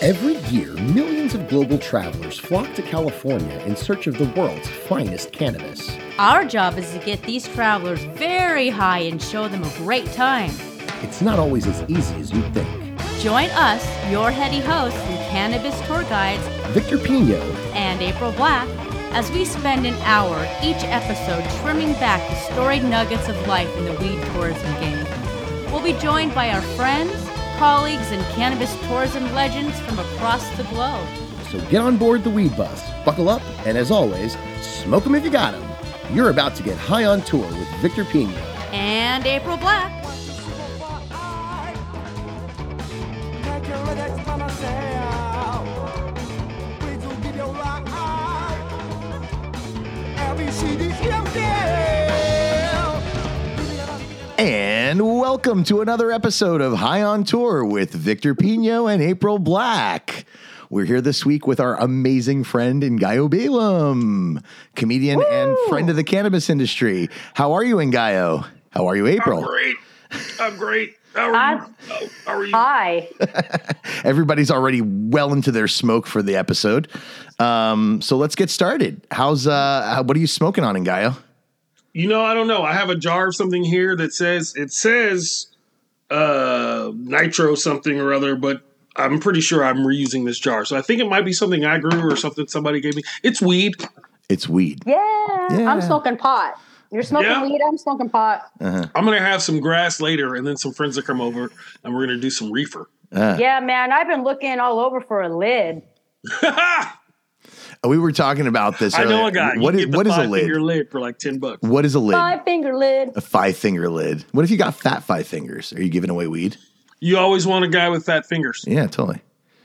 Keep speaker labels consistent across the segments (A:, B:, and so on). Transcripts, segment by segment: A: Every year, millions of global travelers flock to California in search of the world's finest cannabis.
B: Our job is to get these travelers very high and show them a great time.
A: It's not always as easy as you'd think.
B: Join us, your heady hosts and cannabis tour guides,
A: Victor Pino
B: and April Black, as we spend an hour each episode trimming back the storied nuggets of life in the weed tourism game. We'll be joined by our friends, colleagues, and cannabis tourism legends from across the globe.
A: So get on board the weed bus, buckle up, and as always, smoke 'em if you got 'em. You're about to get high on tour with Victor Pino.
B: And April Black.
C: And welcome to another episode of High on Tour with Victor Pino and April Black. We're here this week with our amazing friend Ngayo Balam, comedian and friend of the cannabis industry. How are you, Ngayo? How are you, April?
D: great. I'm great. How are you? Oh, How are you?
E: Hi.
C: Everybody's already well into their smoke for the episode. Um, so let's get started. How's uh, how, what are you smoking on, Ngayo?
D: You know, I don't know. I have a jar of something here that says it says uh nitro something or other, but I'm pretty sure I'm reusing this jar. So I think it might be something I grew or something somebody gave me. It's weed.
C: It's weed.
E: Yeah.
C: Yeah.
E: I'm smoking pot. You're smoking
D: Yeah.
E: weed. I'm smoking pot.
D: I'm gonna have some grass later and then some friends that come over and we're gonna do some reefer.
E: Yeah, man. I've been looking all over for a lid.
C: We were talking about this.
D: I know
C: earlier.
D: a guy.
C: What
D: You
C: is
D: get the
C: what is a
D: five
C: lid?
D: finger lid for like ten bucks.
C: What is a lid?
E: Five finger lid.
C: a five finger lid. What if you got fat five fingers? Are you giving away weed?
D: You always want a guy with fat fingers
C: Yeah, totally.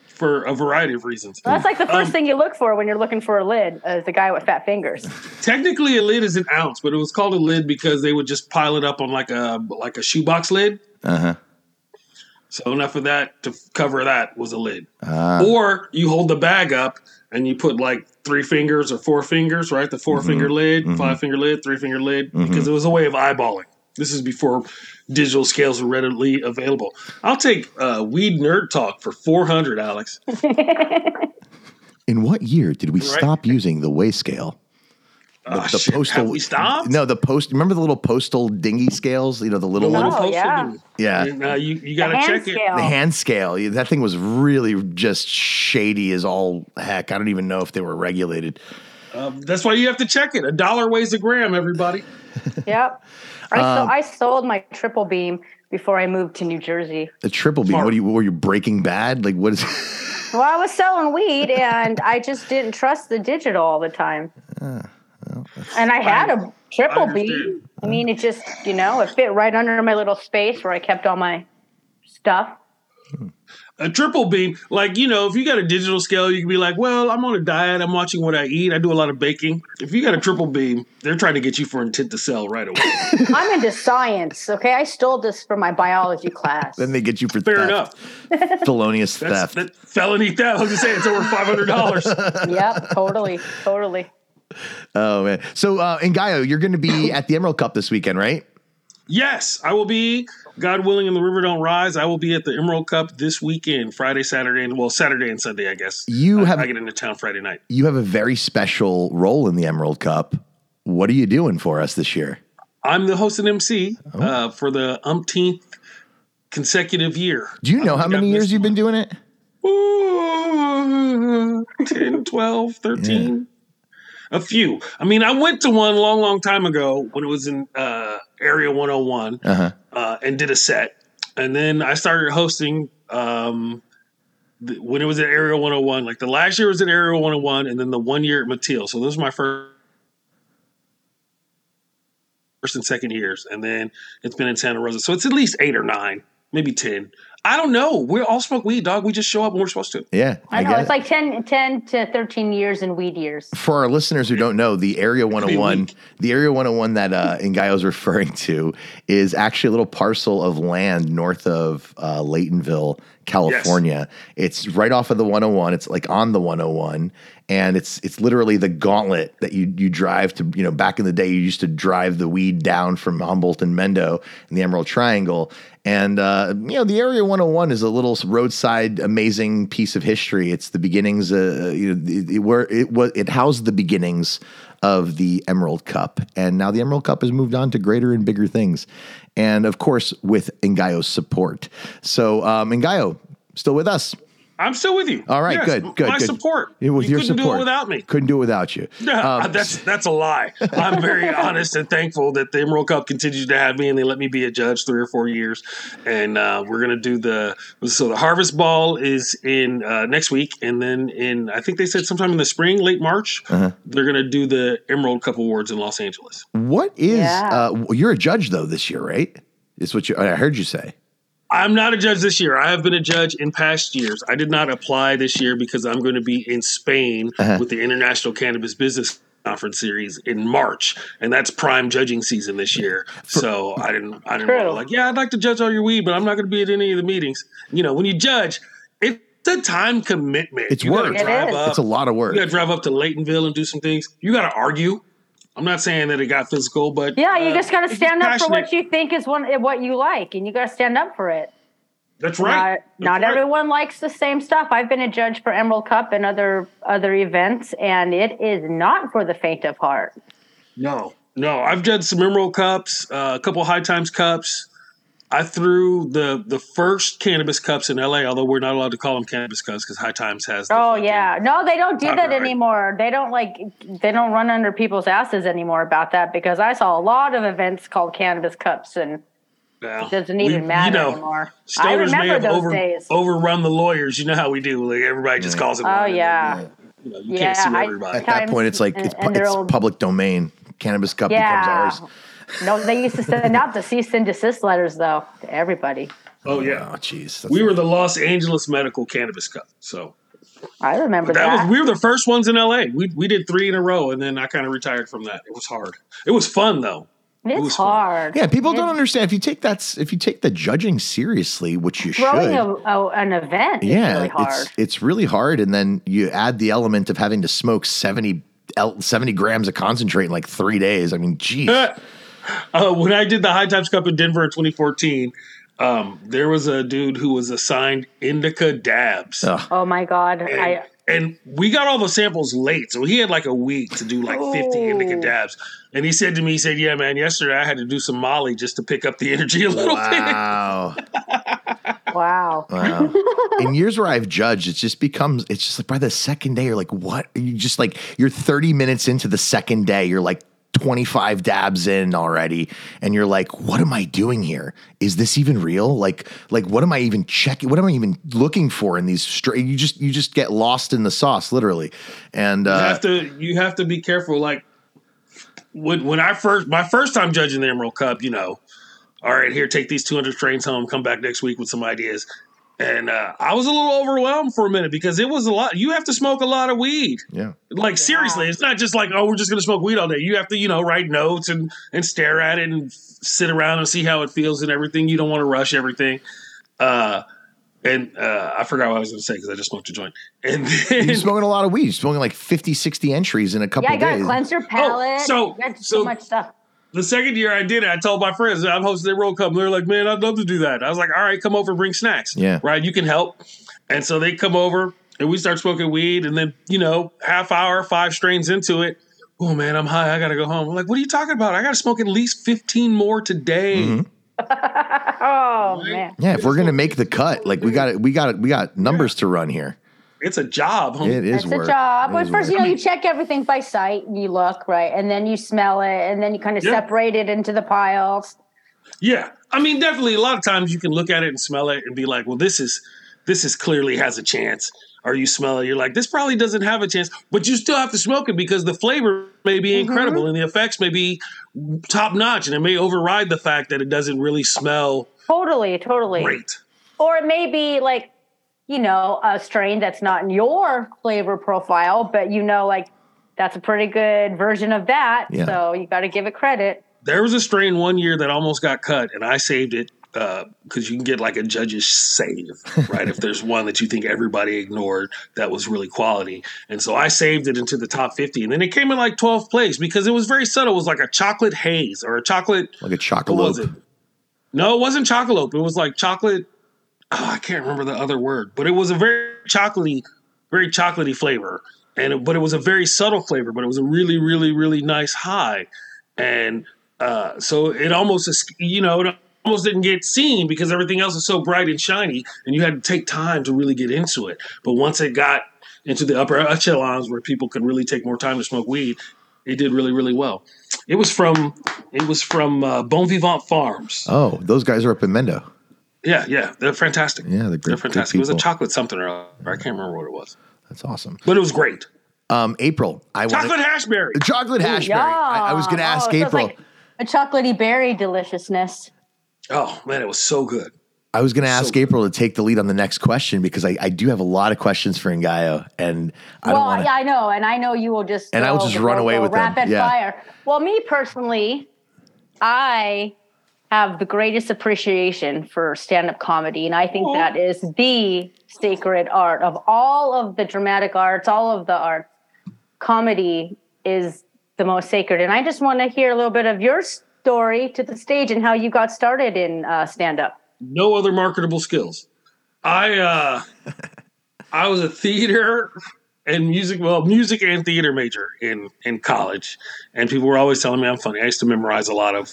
D: for a variety of reasons.
E: That's like the first
D: Um,
E: thing you look for when you're looking for a lid is the guy with fat fingers.
D: Technically, a lid is an ounce, but it was called a lid because they would just pile it up on like a like a shoebox lid.
C: Uh huh.
D: So enough of that to f- cover that was a lid. Or you hold the bag up and you put like three fingers or four fingers, right? The 4 finger lid, five finger lid, three finger lid, because it was a way of eyeballing. This is before digital scales were readily available. I'll take uh, weed nerd talk for four hundred, Alex.
C: In what year did we
D: Right.
C: stop using the weigh scale?
D: Ah, shit, have we stopped?
C: No, the post. Remember the little postal dingy scales? You know the little
E: No.
C: ones.
E: Oh, yeah.
D: thing.
C: Yeah.
D: And, uh, you you
E: The
D: got to
E: hand
D: check it.
E: scale.
C: The hand scale. yeah, That thing was really just shady as all heck. I don't even know if they were regulated.
D: Um, that's why you have to check it. A dollar weighs a gram, everybody.
E: yep. I,
C: Um,
E: so, I sold my triple beam before I moved to New Jersey.
C: The triple beam.
D: Smart.
C: What are you? Were you Breaking Bad? Like what is?
E: Well, I was selling weed and I just didn't trust the digital all the time. and I had a triple
D: I
E: beam.
D: understand.
E: I mean, it just, you know, it fit right under my little space where I kept all my stuff.
D: a triple beam, like you know, if you got a digital scale, you can be like, "Well, I'm on a diet. I'm watching what I eat. I do a lot of baking." If you got a triple beam, they're trying to get you for intent to sell right away.
E: I'm into science. Okay, I stole this from my biology class.
C: then they get you for
D: Fair
C: theft.
D: enough.
C: felonious
D: That's
C: theft.
D: that felony theft. I was just saying, it's over five hundred dollars.
E: yep, totally, totally.
C: Oh man. So uh, and Gaio, you're going to be at the Emerald Cup this weekend, right?
D: yes, I will be. God willing, and the river don't rise. I will be at the Emerald Cup this weekend, Friday, Saturday, and well, Saturday and Sunday, I guess.
C: You
D: I,
C: have-
D: I get into town Friday night.
C: you have a very special role in the Emerald Cup. What are you doing for us this year?
D: I'm the host and MC uh, for the umpteenth consecutive year.
C: Do you know how
D: think
C: many
D: I've
C: years
D: missed
C: you've been doing it?
D: Ooh, 10, 12, 13. A few. I mean, I went to one long, long time ago when it was in uh, Area 101
C: Uh-huh.
D: uh, and did a set. And then I started hosting um, th- when it was at Area 101. Like the last year was at Area 101 and then the one year at Mateel. So those are my first. First and second years, and then it's been in Santa Rosa, so it's at least eight or nine, maybe ten. I don't know. We all smoke weed, dog. We just show up when we're supposed to.
C: Yeah.
E: I know
C: get it.
E: it's like 10, 10 to thirteen years in weed years.
C: for our listeners who don't know, the Area 101,
D: weak.
C: the Area 101 that uh, Ngayo's referring to is actually a little parcel of land north of uh, Laytonville, California. It's right off of the 101. It's like on the 101, and it's it's literally the gauntlet that you you drive to. You know, back in the day, you used to drive the weed down from Humboldt and Mendo in the Emerald Triangle, and uh, you know the Area
F: 101 is a little roadside amazing piece of history. It's the beginnings, uh, you know, it, it, where it was it housed the beginnings of the Emerald Cup, and now the Emerald Cup has moved on to greater and bigger things, and of course with Ngayo's support. So um, Ngayo, still with us?
D: I'm still with you.
F: All right, good, good,
D: My
F: good.
D: support.
F: Yeah, With
D: you
F: your
D: couldn't
F: support,
D: do it without me.
F: couldn't do it without you. Um,
D: that's that's a lie. I'm very honest and thankful that the Emerald Cup continues to have me, and they let me be a judge three or four years. And uh, we're gonna do the so the Harvest Ball is in uh, next week, and then in I think they said sometime in the spring, late March, they're gonna do the Emerald Cup Awards in Los Angeles.
F: What is
E: Yeah.
F: uh, you're a judge though this year, right? Is what you I heard you say.
D: I'm not a judge this year. I have been a judge in past years. I did not apply this year because I'm going to be in Spain
F: Uh-huh.
D: with the International Cannabis Business Conference series in March, and that's prime judging season this year. so I didn't. I didn't want to
E: True.
D: like. Yeah, I'd like to judge all your weed, but I'm not going to be at any of the meetings. You know, when you judge, it's a time commitment.
F: It's
D: You gotta
F: work.
E: It
D: drive
E: is.
D: up.
F: It's a lot of work.
D: You got to drive up to Laytonville and do some things. You got to argue. I'm not saying that it got physical, but
E: Yeah, you
D: uh,
E: just got to
D: it's
E: stand up for
D: passionate.
E: what you think is one eh, what you like, and you got to stand up for it.
D: That's right.
E: Not, not
D: That's right.
E: everyone likes the same stuff. I've been a judge for Emerald Cup and other other events, and it is not for the faint of heart.
D: No, no. I've judged some Emerald Cups, uh, a couple High Times Cups. I threw the the first cannabis cups in LA, although we're not allowed to call them cannabis cups because High Times has. the
E: Oh
D: fucking-
E: yeah, no, they don't do
D: Not
E: that
D: right.
E: anymore. They don't like they don't run under people's asses anymore about that because I saw a lot of events called cannabis cups, and
D: Yeah.
E: it doesn't
D: We-
E: even
D: you
E: matter
D: know,
E: anymore. I
D: Stoners may
E: remember
D: have
E: those
D: over,
E: days.
D: overrun the lawyers. You know how we do. Like everybody just calls it.
E: oh
D: one and then,
E: yeah,
D: You, know, you
E: Yeah,
D: can't sue
E: I-
D: everybody.
F: At that
E: times
F: point, it's like
E: and-
F: it's, pu-
E: and they're
F: it's
E: all-
F: public domain. Cannabis cup
E: yeah.
F: becomes ours.
E: no, they used to send out the cease and desist letters though to everybody.
D: oh yeah.
F: Oh, jeez. that's-
D: We were the Los Angeles Medical Cannabis Cup. So
E: I remember
D: But that was we were the first ones in LA. We we did three in a row, and then I kind of retired from that. It was hard. It was fun though. it was
E: It's
D: fun.
E: hard.
F: yeah, people don't understand if you take that s- if you take the judging seriously, which you
E: Throwing
F: should.
E: a, a, an event
F: yeah,
E: is really hard.
F: it's it's really hard, and then you add the element of having to smoke 70, el- 70 grams of concentrate in like three days. I mean, geez.
D: Uh, when I did the High Times Cup in Denver in 2014, um, there was a dude who was assigned indica dabs.
F: Ugh.
E: oh my god,
D: And,
E: I
D: and we got all the samples late, so he had like a week to do like 50 indica
E: Oh.
D: dabs. And he said to me, he said, "Yeah, man, yesterday I had to do some Molly just to pick up the energy a little bit."
F: Wow.
E: wow.
F: Wow. In years where I've judged, it just becomes, it's just like by the second day, you're like, what? You just like, you're 30 minutes into the second day, you're like 25 dabs in already. And you're like, what am I doing here? Is this even real? Like, like, what am I even checking? What am I even looking for in these? Str- you just, you just get lost in the sauce, literally. And,
D: You
F: uh,
D: have to you have to be careful. Like when when I first my first time judging the Emerald Cup, you know, all right, here take these two hundred trains home. Come back next week with some ideas. And uh, I was a little overwhelmed for a minute because it was a lot. You have to smoke a lot of weed.
F: yeah.
D: Like seriously, it's not just like oh, we're just gonna smoke weed all day. You have to you know write notes and and stare at it and sit around and see how it feels and everything. You don't want to rush everything. Uh, and uh, I forgot what I was gonna say because I just smoked a joint. And then
F: You're smoking a lot of weed. You're smoking like 50, 60 entries in a couple
E: Yeah, you gotta
F: days.
E: cleanse your palate.
D: Oh, so-
E: you got
D: so-
E: so much stuff.
D: the second year I did it, I told my friends I'm hosting the World Cup. And they're like, man, I'd love to do that. I was like, all right, come over, bring snacks.
F: Yeah.
D: Right. You can help. And so they come over and we start smoking weed. And then, you know, half hour, five strains into it. Oh man, I'm high. I gotta go home. I'm like, what are you talking about? I gotta smoke at least 15 more today.
E: Oh man,
F: yeah. If we're going to make the cut, like we got it, we got it, we got numbers to run here.
D: It's a job. homie.
F: It is
E: that's
F: work.
E: a job.
F: It
E: Well,
F: is
E: first,
F: work.
E: you know, you check everything by sight. and You look right, and then you smell it, and then you kind of
D: Yeah.
E: separate it into the piles.
D: Yeah, I mean, definitely. A lot of times you can look at it and smell it and be like, "Well, this is this is clearly has a chance." Or you smell it, you're like, "This probably doesn't have a chance," but you still have to smoke it because the flavor may be incredible and the effects may be top notch, and it may override the fact that it doesn't really smell
E: Totally, totally.
D: great.
E: Or it may be like, you know, a strain that's not in your flavor profile, but you know, like that's a pretty good version of that.
F: Yeah.
E: So you got to give it credit.
D: There was a strain one year that almost got cut, and I saved it because you can get like a judge's save, right? if there's one that you think everybody ignored that was really quality. And so I saved it into the top 50. And then it came in like 12th place because it was very subtle. It was like a chocolate haze or a chocolate.
F: like a
D: What was
F: chocolope.
D: it? No, it wasn't chocolate. It was like chocolate oh, I can't remember the other word, but it was a very chocolatey, very chocolatey flavor, and it, but it was a very subtle flavor, but it was a really, really, really nice high, and uh, so it almost is- you know it almost didn't get seen because everything else was so bright and shiny, and you had to take time to really get into it. But once it got into the upper echelons where people could really take more time to smoke weed, it did really, really well. It was from it was from uh, Bon Vivant Farms.
F: Oh, those guys are up in Mendo.
D: Yeah, yeah, they're fantastic.
F: Yeah, they're great-
D: They're
F: great
D: fantastic. It was a
F: people.
D: chocolate something or other. I can't remember what it was,
F: That's awesome.
D: but it was great.
F: Um, April, I
D: Chocolate
F: wanna,
D: hash berry.
F: chocolate hash berry. I, I was going to
E: Yeah.
F: ask
E: Oh, so it's
F: April.
E: like a chocolatey berry deliciousness.
D: Oh man, it was so good.
F: I was going to ask
D: So-
F: April to take the lead on the next question because I, I do have a lot of questions for Ngayo, and I
E: well,
F: don't want to.
E: yeah, I know, and I know you will just
F: And I will
E: go-
F: just
E: go-
F: run
E: go
F: away with them.
E: rapid
F: Yeah.
E: fire. Well, me personally, I have the greatest appreciation for stand-up comedy, and I think that is the sacred art of all of the dramatic arts, all of the arts. Comedy is the most sacred, and I just want to hear a little bit of your story to the stage and how you got started in uh, stand-up.
D: No other marketable skills. I uh I was a theater and music well, music and theater major in in college. And people were always telling me I'm funny. I used to memorize a lot of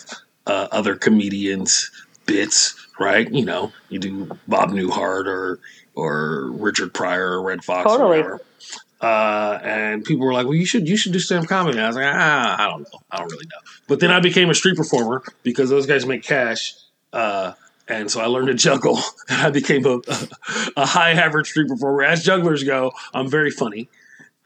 D: uh, other comedians bits, right? You know, you do Bob Newhart or or Richard Pryor or Red Fox or
E: Totally.
D: whatever. uh, and people were like, "Well, you should you should do stand up comedy." And I was like, "Ah, I don't know, I don't really know." But then I became a street performer because those guys make cash, uh, and so I learned to juggle, and I became a, a high average street performer. As jugglers go, I'm very funny.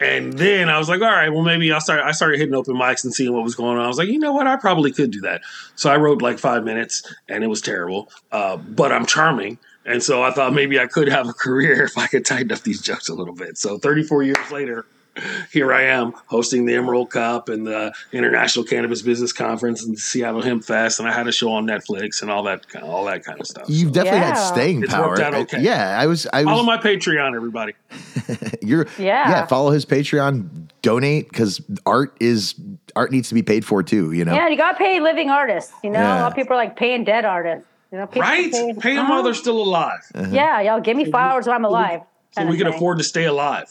D: And then I was like, "All right, well, maybe I'll start." I started hitting open mics and seeing what was going on. I was like, "You know what? I probably could do that." So I wrote like five minutes, and it was terrible. Uh, but I'm charming. And so I thought maybe I could have a career if I could tighten up these jokes a little bit. So 34 years later, here I am hosting the Emerald Cup and the International Cannabis Business Conference and Seattle Hemp Fest, and I had a show on Netflix and all that, all that kind of stuff. So
F: You've definitely had
E: Yeah.
F: staying
D: It's
F: power.
D: worked out
F: I-
D: okay.
F: yeah, I was. I was.
D: follow my Patreon, everybody.
F: you're.
E: Yeah.
F: Yeah. Follow his Patreon. Donate because art is art needs to be paid for too. You know.
E: Yeah, you got to pay living artists. You know, a lot
F: Yeah.
E: of people are like paying dead artists. You know, people
D: Right?
E: paying-
D: Pay them while they're still alive,
E: Yeah, y'all give me flowers while I'm alive.
D: so
E: kinda
D: we can
E: thing.
D: afford to stay alive.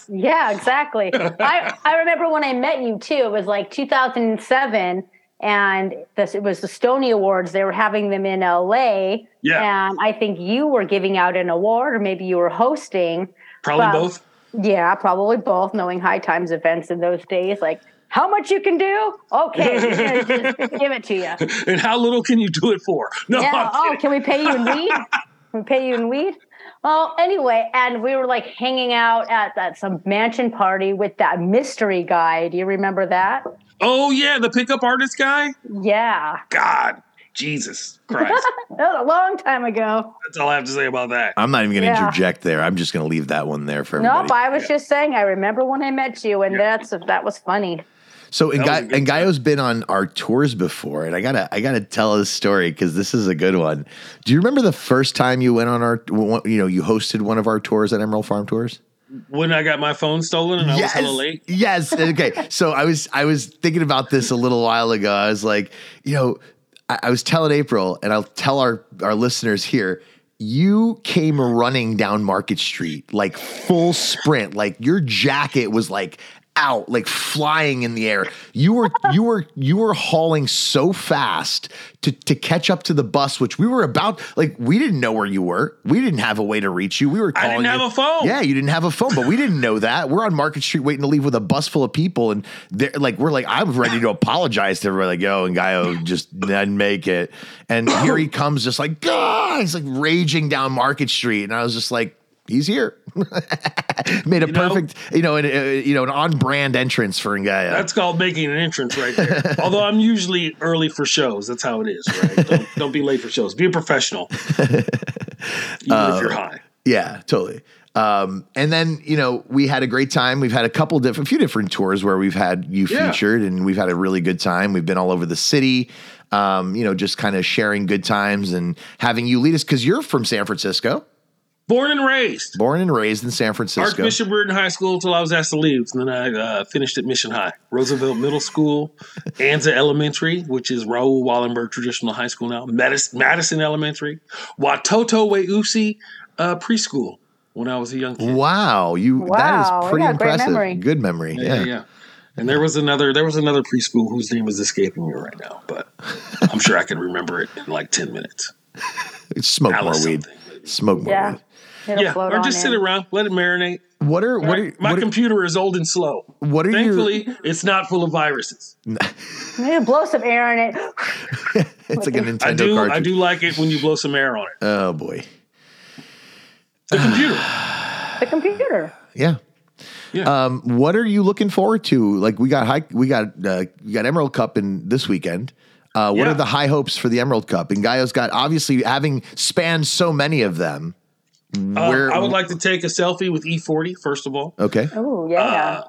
E: Yeah, exactly. I, I remember when I met you too. It was like 2007, and this it was the Stony Awards. They were having them in LA.
D: Yeah.
E: and I think you were giving out an award, or maybe you were hosting.
D: Probably
E: Well,
D: both.
E: Yeah, probably both. Knowing High Times events in those days, like how much you can do. Okay, we're gonna just give it to you.
D: And how little can you do it for? No,
E: Yeah.
D: I'm
E: Oh,
D: kidding.
E: can we pay you in weed? Can we pay you in weed? Well, anyway, and we were like hanging out at that some mansion party with that mystery guy. Do you remember that?
D: oh yeah, the pickup artist guy.
E: Yeah.
D: God, Jesus Christ.
E: That was a long time ago.
D: That's all I have to say about that.
F: I'm not even going to
E: Yeah.
F: interject there. I'm just going to leave that one there for everybody.
E: Nope, I was just saying I remember when I met you and that's that was funny.
F: So and
D: That was a
F: Guy
D: good
F: and Guy's been on our tours before, and I gotta I gotta tell this story because this is a good one. Do you remember the first time you went on our you know you hosted one of our tours at Emerald Farm Tours?
D: When I got my phone stolen and I was hella late.
F: Yes. Okay. so I was I was thinking about this a little while ago. I was like, you know, I, I was telling April, and I'll tell our our listeners here. You came running down Market Street like full sprint, like your jacket was like out, like flying in the air. You were you were you were hauling so fast to to catch up to the bus, which we were about. Like we didn't know where you were. We didn't have a way to reach you. We were
D: I
F: calling.
D: didn't have
F: you.
D: a phone.
F: Yeah, you didn't have a phone, but we didn't know that. We're on Market Street waiting to leave with a bus full of people, and they're like, we're like, I'm ready to apologize to everybody. Like, yo, and Gaio just didn't make it, and here he comes, just like, God, he's like raging down Market Street, and I was just like, he's here. Made a
D: You know-
F: perfect, you know, an, uh, you know, an on brand entrance for Gaio.
D: That's called making an entrance right there. Although I'm usually early for shows. That's how it is, right? Don't, don't be late for shows. Be a professional. Even if you're high.
F: Yeah, totally. Um, and then you know we had a great time. We've had a couple different, a few different tours where we've had you
D: Yeah.
F: featured, and we've had a really good time. We've been all over the city, um, you know, just kind of sharing good times and having you lead us because you're from San Francisco,
D: Born and raised.
F: born and raised in San Francisco.
D: Archbishop Reardon High School until I was asked to leave. And then I uh, finished at Mission High. Roosevelt Middle School, Anza Elementary, which is Raoul Wallenberg Traditional High School now, Madis- Madison Elementary, Watoto Weusi uh, preschool when I was a young
F: Mm,
D: kid.
F: Wow, you that
E: Wow,
F: is
E: I
F: pretty
E: got great
F: impressive.
E: memory.
F: Good memory. Yeah.
D: Yeah, yeah. yeah. And there was another there was another preschool whose name is escaping me right now, but I'm sure I can remember it in like ten minutes.
F: Smoke
D: Alice
F: more weed.
D: something.
F: Smoke more
E: Yeah.
F: weed.
E: It'll
D: yeah,
E: float
D: or
E: on
D: just sit
E: in.
D: around, let it marinate.
F: What are what are
D: Right? My
F: what are,
D: computer is old and slow.
F: what are your
D: Thankfully, it's not full of viruses.
E: Maybe blow some air in it.
F: it's like a Nintendo
D: I do
F: cartridge.
D: I do like it when you blow some air on it.
F: Oh boy.
D: The
F: Uh,
D: computer.
E: The computer.
F: Yeah.
D: Yeah.
F: Um, what are you looking forward to? Like we got high, we got uh, we got Emerald Cup in this weekend. Uh, what
D: Yeah.
F: are the high hopes for the Emerald Cup? And Gaio's got obviously having spanned so many of them.
D: Uh,
F: where
D: I would like to take a selfie with E40 first of all.
F: okay,
E: Oh
D: Uh,
E: yeah.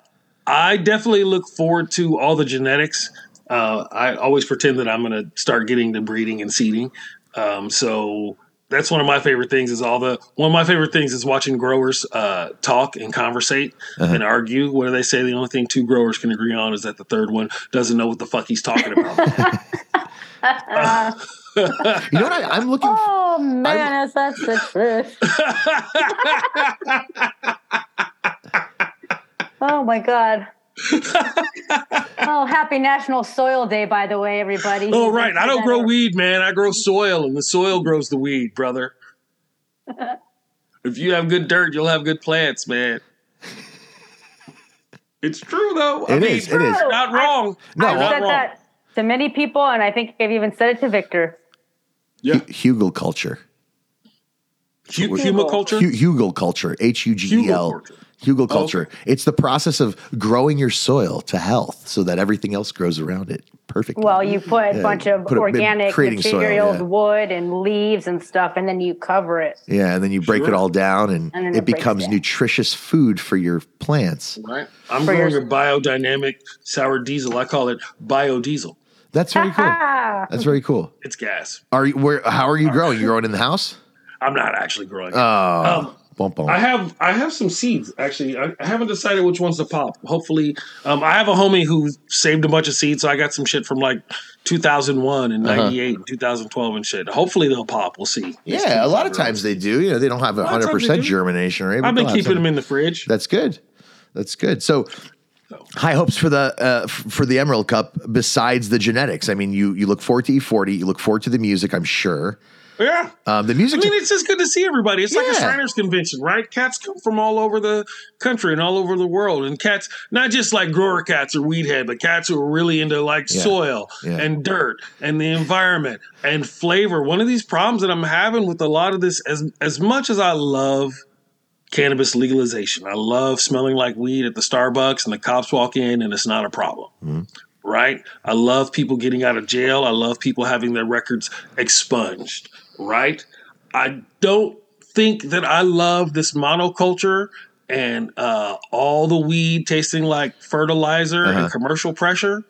D: I definitely look forward to all the genetics. Uh, I always pretend that I'm going to start getting the breeding and seeding. Um, so that's one of my favorite things is all the one of my favorite things is watching growers uh, talk and conversate
F: Uh-huh.
D: and argue. What do they say? The only thing two growers can agree on is that the third one doesn't know what the fuck he's talking about.
F: you know what? I, I'm looking.
E: oh man, is that the truth? oh my god. oh, happy National Soil Day, by the way, everybody.
D: oh, right. I don't grow weed, man. I grow soil, and the soil grows the weed, brother. if you have good dirt, you'll have good plants, man. It's true, though. I
F: It
D: mean,
F: is, it is.
D: you're Not wrong.
F: No,
D: You're
E: I've
D: not
E: said
D: wrong.
E: that to many people, and I think I've even said it to Victor.
D: Yeah.
F: Hugel culture.
D: Hu- Humiculture.
F: Hu- Hugel culture. H U G E
D: Hugel
F: L.
D: culture. Oh.
F: Hugel culture. It's the process of growing your soil to health so that everything else grows around it. Perfect.
E: Well, you put a bunch of
F: put a-
E: organic
F: creating soil,
E: materials,
F: yeah.
E: wood, and leaves and stuff, and then you cover it.
F: Yeah, and then you break
D: Sure.
F: it all down, and,
E: And then
F: it,
E: it breaks
F: becomes
E: down.
F: nutritious food for your plants.
D: Right. I'm
E: For
D: growing
E: your-
D: a biodynamic sour diesel. I call it biodiesel.
F: That's very cool.
E: Ah,
F: That's very cool.
D: It's gas.
F: Are you? Where? How are you growing? You growing in the house?
D: I'm not actually growing. it.
F: Oh,
D: Um,
F: bump bump.
D: I have I have some seeds actually. I, I haven't decided which ones to pop. Hopefully, um, I have a homie who saved a bunch of seeds, so I got some shit from like 2001
F: Uh-huh.
D: and 98 and 2012 and shit. Hopefully they'll pop. We'll see.
F: yeah, a lot of times they do. You know, they don't have a
D: of times
F: hundred
D: they
F: percent
D: do.
F: germination rate. but
D: I've been
F: they'll have
D: keeping
F: some.
D: them in the fridge.
F: That's good. That's good. So, high hopes for the uh, f- for the Emerald Cup. Besides the genetics, I mean, you you look forward to E forty. You look forward to the music. I'm sure.
D: yeah.
F: Um, the
D: I
F: music.
D: mean, it's just good to see everybody. It's like
F: Yeah.
D: a Shriners convention, right? Cats come from all over the country and all over the world, and cats not just like grower cats or weed head, but cats who are really into like
F: Yeah.
D: soil
F: Yeah.
D: and dirt and the environment and flavor. One of these problems that I'm having with a lot of this, as as much as I love cannabis legalization, I love smelling like weed at the Starbucks, and the cops walk in, and it's not a problem
F: Mm-hmm.
D: right? I love people getting out of jail. I love people having their records expunged, right? I don't think that I love this monoculture and uh, all the weed tasting like fertilizer and commercial pressure,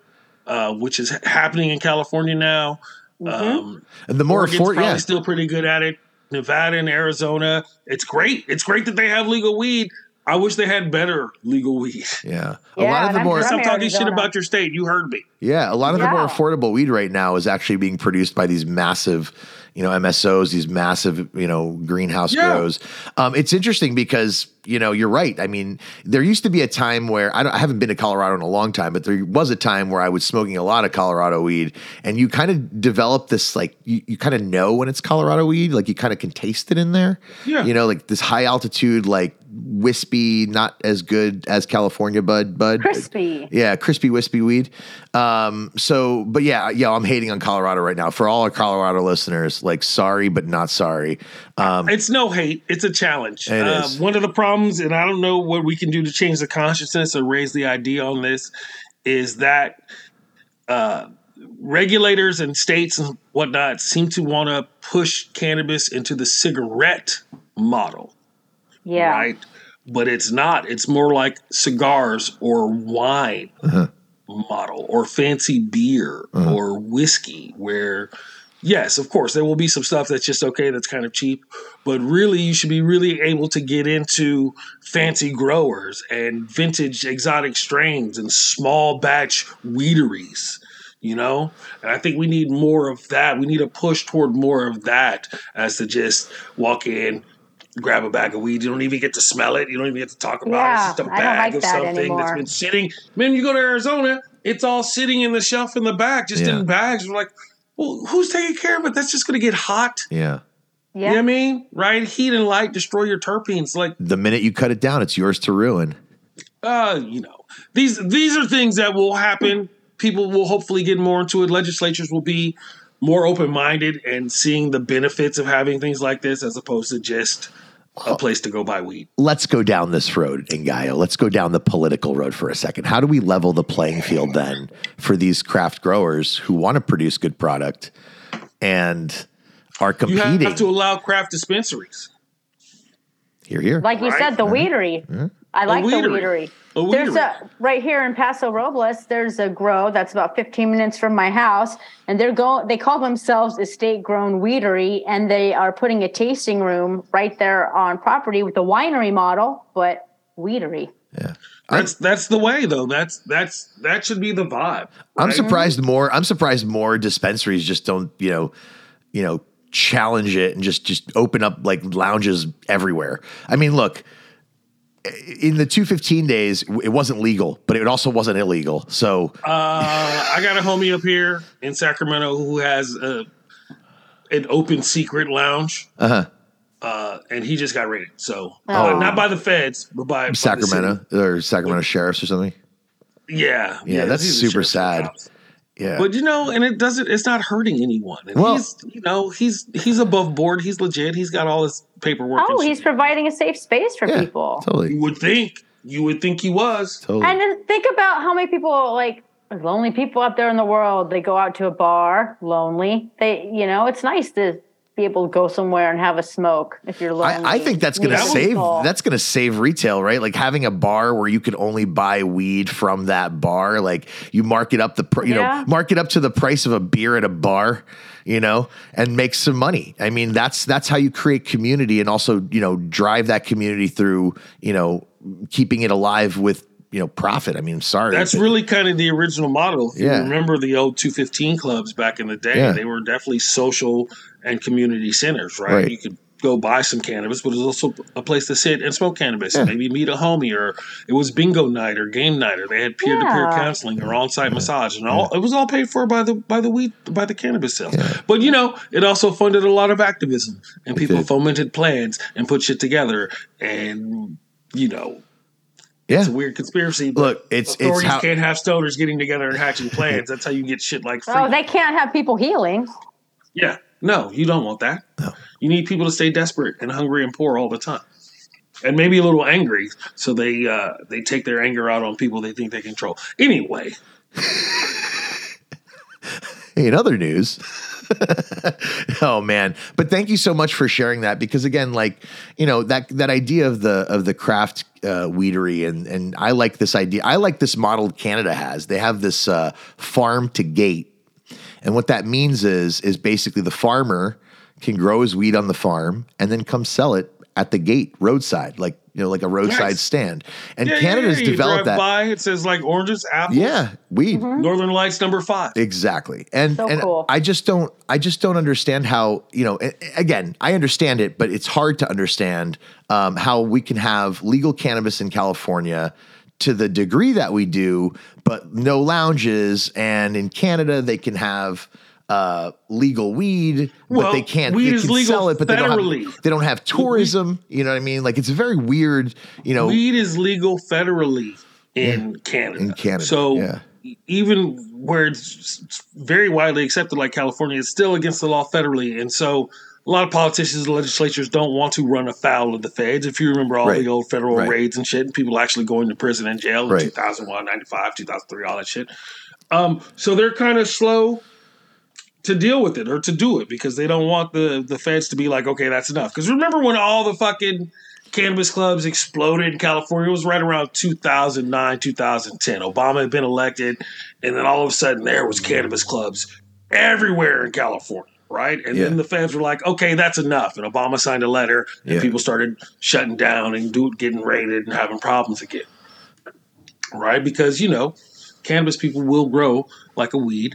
D: uh, which is happening in California now.
E: Mm-hmm.
D: Um,
F: and the more
D: Oregon's
F: afford,
D: probably
F: yeah,
D: still pretty good at it. Nevada and Arizona, it's great. It's great that they have legal weed. I wish they had better legal weed.
F: yeah. A
E: Yeah,
F: lot of
E: and
F: the
E: I'm
F: more.
E: sure
D: Stop talking shit
E: Arizona.
D: about your state. You heard me.
F: Yeah, a lot of the more
E: Yeah.
F: affordable weed right now is actually being produced by these massive, you know, MSOs, these massive, you know, greenhouse
D: Yeah.
F: grows. Um, it's interesting because you know you're right. I mean, there used to be a time where I, don't, I haven't been to Colorado in a long time, but there was a time where I was smoking a lot of Colorado weed, and you kind of develop this like you, you kind of know when it's Colorado weed, like you kind of can taste it in there.
D: Yeah.
F: you know, like this high altitude, like wispy, not as good as California bud, bud,
E: crispy.
F: yeah, crispy wispy weed. Um, so, but yeah, yeah, I'm hating on Colorado right now. For all our Colorado listeners, like, sorry, but not sorry. Um,
D: It's no hate. It's a challenge.
F: It
D: uh,
F: is.
D: One of the problems, and I don't know what we can do to change the consciousness or raise the idea on this, is that uh, regulators and states and whatnot seem to want to push cannabis into the cigarette model,
E: Yeah.
D: right? But it's not. It's more like cigars or wine
F: Uh-huh.
D: model or fancy beer or whiskey, where Yes, of course. There will be some stuff that's just okay, that's kind of cheap. But really, you should be really able to get into fancy growers and vintage exotic strains and small batch weederys, you know? And I think we need more of that. We need a push toward more of that as to just walk in, grab a bag of weed. You don't even get to smell it. You don't even get to talk about it. It's
E: Yeah,
D: just a
E: I don't
D: bag
E: like
D: of
E: that
D: something that's
E: anymore.
D: been sitting. Man, you go to Arizona, it's all sitting in the shelf in the back, just
F: Yeah.
D: in bags. We're like, well, who's taking care of it? That's just going to get hot.
F: Yeah.
D: You know what I
E: Yeah.
D: mean? Right? Heat and light destroy your terpenes. Like,
F: The minute you cut it down, it's yours to ruin.
D: uh, you know, these these are things that will happen. People will hopefully get more into it. Legislatures will be more open minded and seeing the benefits of having things like this as opposed to just a place to go buy weed.
F: Let's go down this road, Ngayo. Let's go down the political road for a second. How do we level the playing field then for these craft growers who want to produce good product and are
D: You
F: competing?
D: have to allow craft dispensaries.
F: here, here.
E: Like you
D: Right.
E: said, the weedery. I like the
D: weedery.
E: weedery.
D: A
E: There's
D: weedery.
E: a right here in Paso Robles. There's a grow that's about 15 minutes from my house, and they're go. They call themselves Estate Grown Weedery, and they are putting a tasting room right there on property with the winery model, but weedery.
D: That's that's the way though. That's that's that should be the vibe.
F: I'm
D: right?
F: surprised more. I'm surprised more dispensaries just don't, you know, you know, challenge it and just just open up like lounges everywhere. I mean, look, i- in the 215 days, w- it wasn't legal, but it also wasn't illegal. So
D: Uh, I got a homie up here in Sacramento who has a, an open secret lounge. Uh-huh. and he just got raided. So uh,
E: Oh.
D: not by the feds, but by by the
F: Sacramento or Sacramento sheriffs or something.
D: city. Yeah,
F: Yeah, that's
D: he's a
F: super
D: sheriff's
F: sad.
D: officer.
F: Yeah.
D: But you know, and it doesn't. It's not hurting anyone. And
F: Well-
D: he's you know he's he's above board. He's legit. He's got all his paperwork. and
E: Oh,
D: shit.
E: he's providing a safe space for
F: yeah,
E: people.
F: Totally.
D: You would think. You would think he was.
F: Totally.
E: And then think about how many people like lonely people out there in the world. They go out to a bar, lonely. They, you know, it's nice to be able to go somewhere and have a smoke if you're lonely.
F: I, I think that's going to
D: That was-
F: save.
E: People.
F: That's going to save retail, right? Like having a bar where you can only buy weed from that bar. Like you mark it up the, pr- you
E: Yeah.
F: know, mark it up to the price of a beer at a bar, you know, and make some money. I mean, that's that's how you create community and also you know drive that community through you know keeping it alive with you know profit. I mean, I'm sorry,
D: That's
F: but-
D: really kind of the original model. If
F: Yeah.
D: you remember the old 215 clubs back in the day,
F: Yeah.
D: they were definitely social and community centers, right?
F: Right.
D: You could go buy some cannabis, but it was also a place to sit and smoke cannabis, maybe meet a homie, or it was bingo night or game night, or they had peer to peer
E: Yeah.
D: counseling or on site massage, and all it was all paid for by the by the weed by the cannabis sales. But you know, it also funded a lot of activism, and people
F: did.
D: fomented plans and put shit together, and you know,
F: yeah.
D: it's a weird conspiracy. But
F: Look, it's it's
D: authorities
F: how
D: can't have stoners getting together and hatching plans. That's how you get shit like free.
E: Oh, they can't have people healing.
D: yeah. No, you don't want that. No. You need people to stay desperate and hungry and poor all the time. And maybe a little angry, so they uh, they take their anger out on people they think they control. Anyway,
F: in other news. oh man. But thank you so much for sharing that because again, like, you know, that that idea of the of the craft uh weedery and and I like this idea. I like this model Canada has. They have this uh farm to gate. And what that means is is basically the farmer can grow his weed on the farm and then come sell it at the gate roadside, like you know, like a roadside
D: Yes.
F: stand. And
D: Yeah, yeah,
F: Canada's
D: yeah, you
F: developed
D: drive
F: that.
D: By, it says like oranges, apples,
F: Yeah, weed.
D: Northern Lights number five.
F: Exactly. And
E: So
F: and
E: cool.
F: I just don't I just don't understand how, you know, a- a- again, I understand it, but it's hard to understand um, how we can have legal cannabis in California to the degree that we do, but no lounges and in Canada they can have uh, legal wead, but
D: Well,
F: they can't
D: weed
F: they
D: is
F: can
D: legal
F: sell it, but they don't
D: federally.
F: have they don't have tourism, you know what I mean? Like it's a very weird, you know,
D: weed is legal federally in Canada.
F: In Canada,
D: so
F: yeah.
D: e- even where it's s- very widely accepted, like California, it's still against the law federally, and so. A lot of politicians and legislatures don't want to run afoul of the feds. If you remember all
F: Right.
D: the old federal
F: Right.
D: raids and shit, and people actually going to prison and jail in
F: Right.
D: 2001, 95, 2003, all that shit. Um, so they're kind of slow to deal with it or to do it because they don't want the the feds to be like, okay, that's enough. Because remember when all the fucking cannabis clubs exploded in California? It was right around 2009, 2010. Obama had been elected, and then all of a sudden there was cannabis clubs everywhere in California. Right, and then
F: Yeah.
D: the feds were like, "Okay, that's enough." And Obama signed a letter, and
F: Yeah.
D: people started shutting down and do, getting raided and having problems again. Right, because you know, cannabis people will grow like a weed,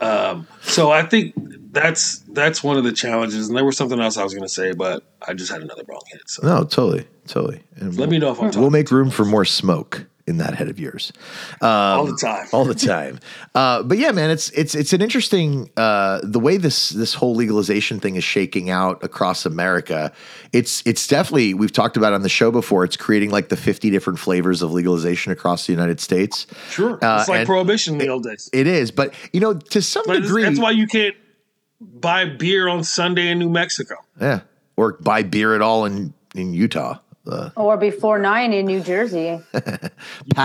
D: um, so I think that's that's one of the challenges. And there was something else I was going to say, but I just had another wrong hit. So
F: No, totally, totally. And
D: let me know if I'm talking
F: We'll make room for more smoke in that head of yours. Um,
D: all the time.
F: all the time. Uh, but yeah, man, it's it's it's an interesting uh, the way this this whole legalization thing is shaking out across America. It's it's definitely we've talked about it on the show before. It's creating like the fifty different flavors of legalization across the United States.
D: Sure,
F: Uh,
D: it's like
F: and
D: prohibition in the old days.
F: It is, but you know, to some
D: But it's-
F: degree,
D: that's why you can't buy beer on Sunday in New Mexico.
F: yeah, or buy beer at all in in Utah. Uh,
E: Or before nine in New Jersey,
D: You can't buy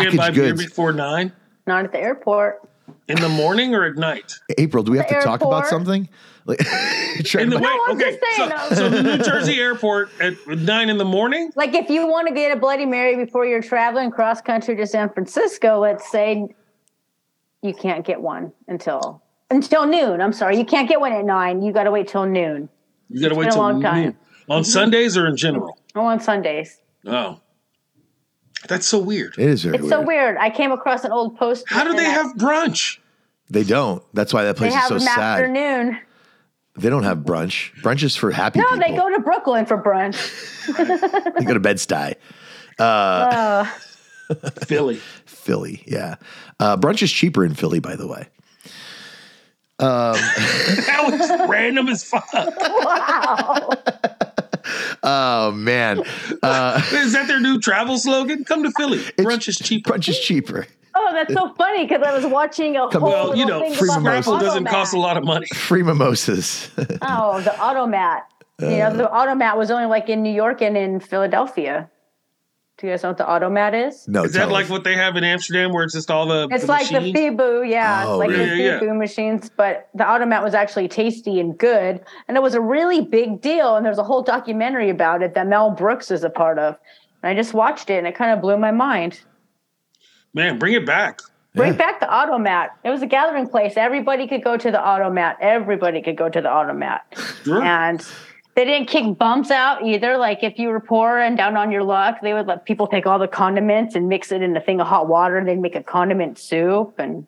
F: packaged goods.
D: beer before nine
E: not at the airport.
D: in the morning or at night.
F: April, do we have to
E: The
F: talk about
E: airport.
F: something? Like, trying
D: In the
F: to-
D: wait,
E: I'm
D: okay.
E: just saying,
D: so,
E: though.
D: so the New Jersey airport at nine in the morning.
E: Like if you want to get a Bloody Mary before you're traveling cross country to San Francisco, let's say you can't get one until until noon. I'm sorry, you can't get one at nine. You got to wait till noon.
D: You gotta wait
E: been a
D: till
E: long time. Mm-hmm.
D: noon. on Sundays or in general.
E: Oh, on Sundays.
D: Oh, that's so weird.
F: it is very
E: It's so weird. I came across an old post.
D: How do
E: and
D: they
E: I-
D: have brunch?
F: They don't. That's why that
E: They
F: place is
E: have
F: so
E: an
F: sad.
E: afternoon.
F: They don't have brunch. Brunch is for happy
E: No,
F: people.
E: they go to Brooklyn for brunch.
F: They go to Bed-Stuy.
D: Uh.
E: Oh,
D: Philly.
F: Philly. Yeah. Uh, brunch is cheaper in Philly, by the way.
D: That was random as fuck.
E: wow.
F: Oh, man.
D: Is that their new travel slogan? Come to Philly. Brunch is cheaper.
F: Brunch is cheaper.
E: Oh, that's so funny because I was watching a whole
D: Well, you
E: little
D: know,
E: thing
D: free
E: about the
F: mimosa.
D: Apple doesn't
E: automat.
D: cost a lot of money.
F: Free mimosas.
E: Oh, the automat. you know, the
D: Uh.
E: automat was only like in New York and in Philadelphia. Do you guys know what the automat is?
F: no,
D: Is that
F: tell
D: like
F: us.
D: what they have in Amsterdam where it's just all the
E: It's
D: the
E: like
D: machines?
E: the FIBU, yeah,
F: Oh,
E: it's like
D: really?
E: the
D: Yeah, yeah.
E: FIBU machines, but the automat was actually tasty and good, and it was a really big deal. And there's a whole documentary about it that Mel Brooks is a part of, and I just watched it, and it kind of blew my mind.
D: Man, bring it back.
E: Bring
F: Yeah.
E: back the automat. It was a gathering place. Everybody could go to the automat. Everybody could go to the automat.
D: Sure.
E: and they didn't kick bumps out either. Like if you were poor and down on your luck, they would let people take all the condiments and mix it in a thing of hot water, and they'd make a condiment soup and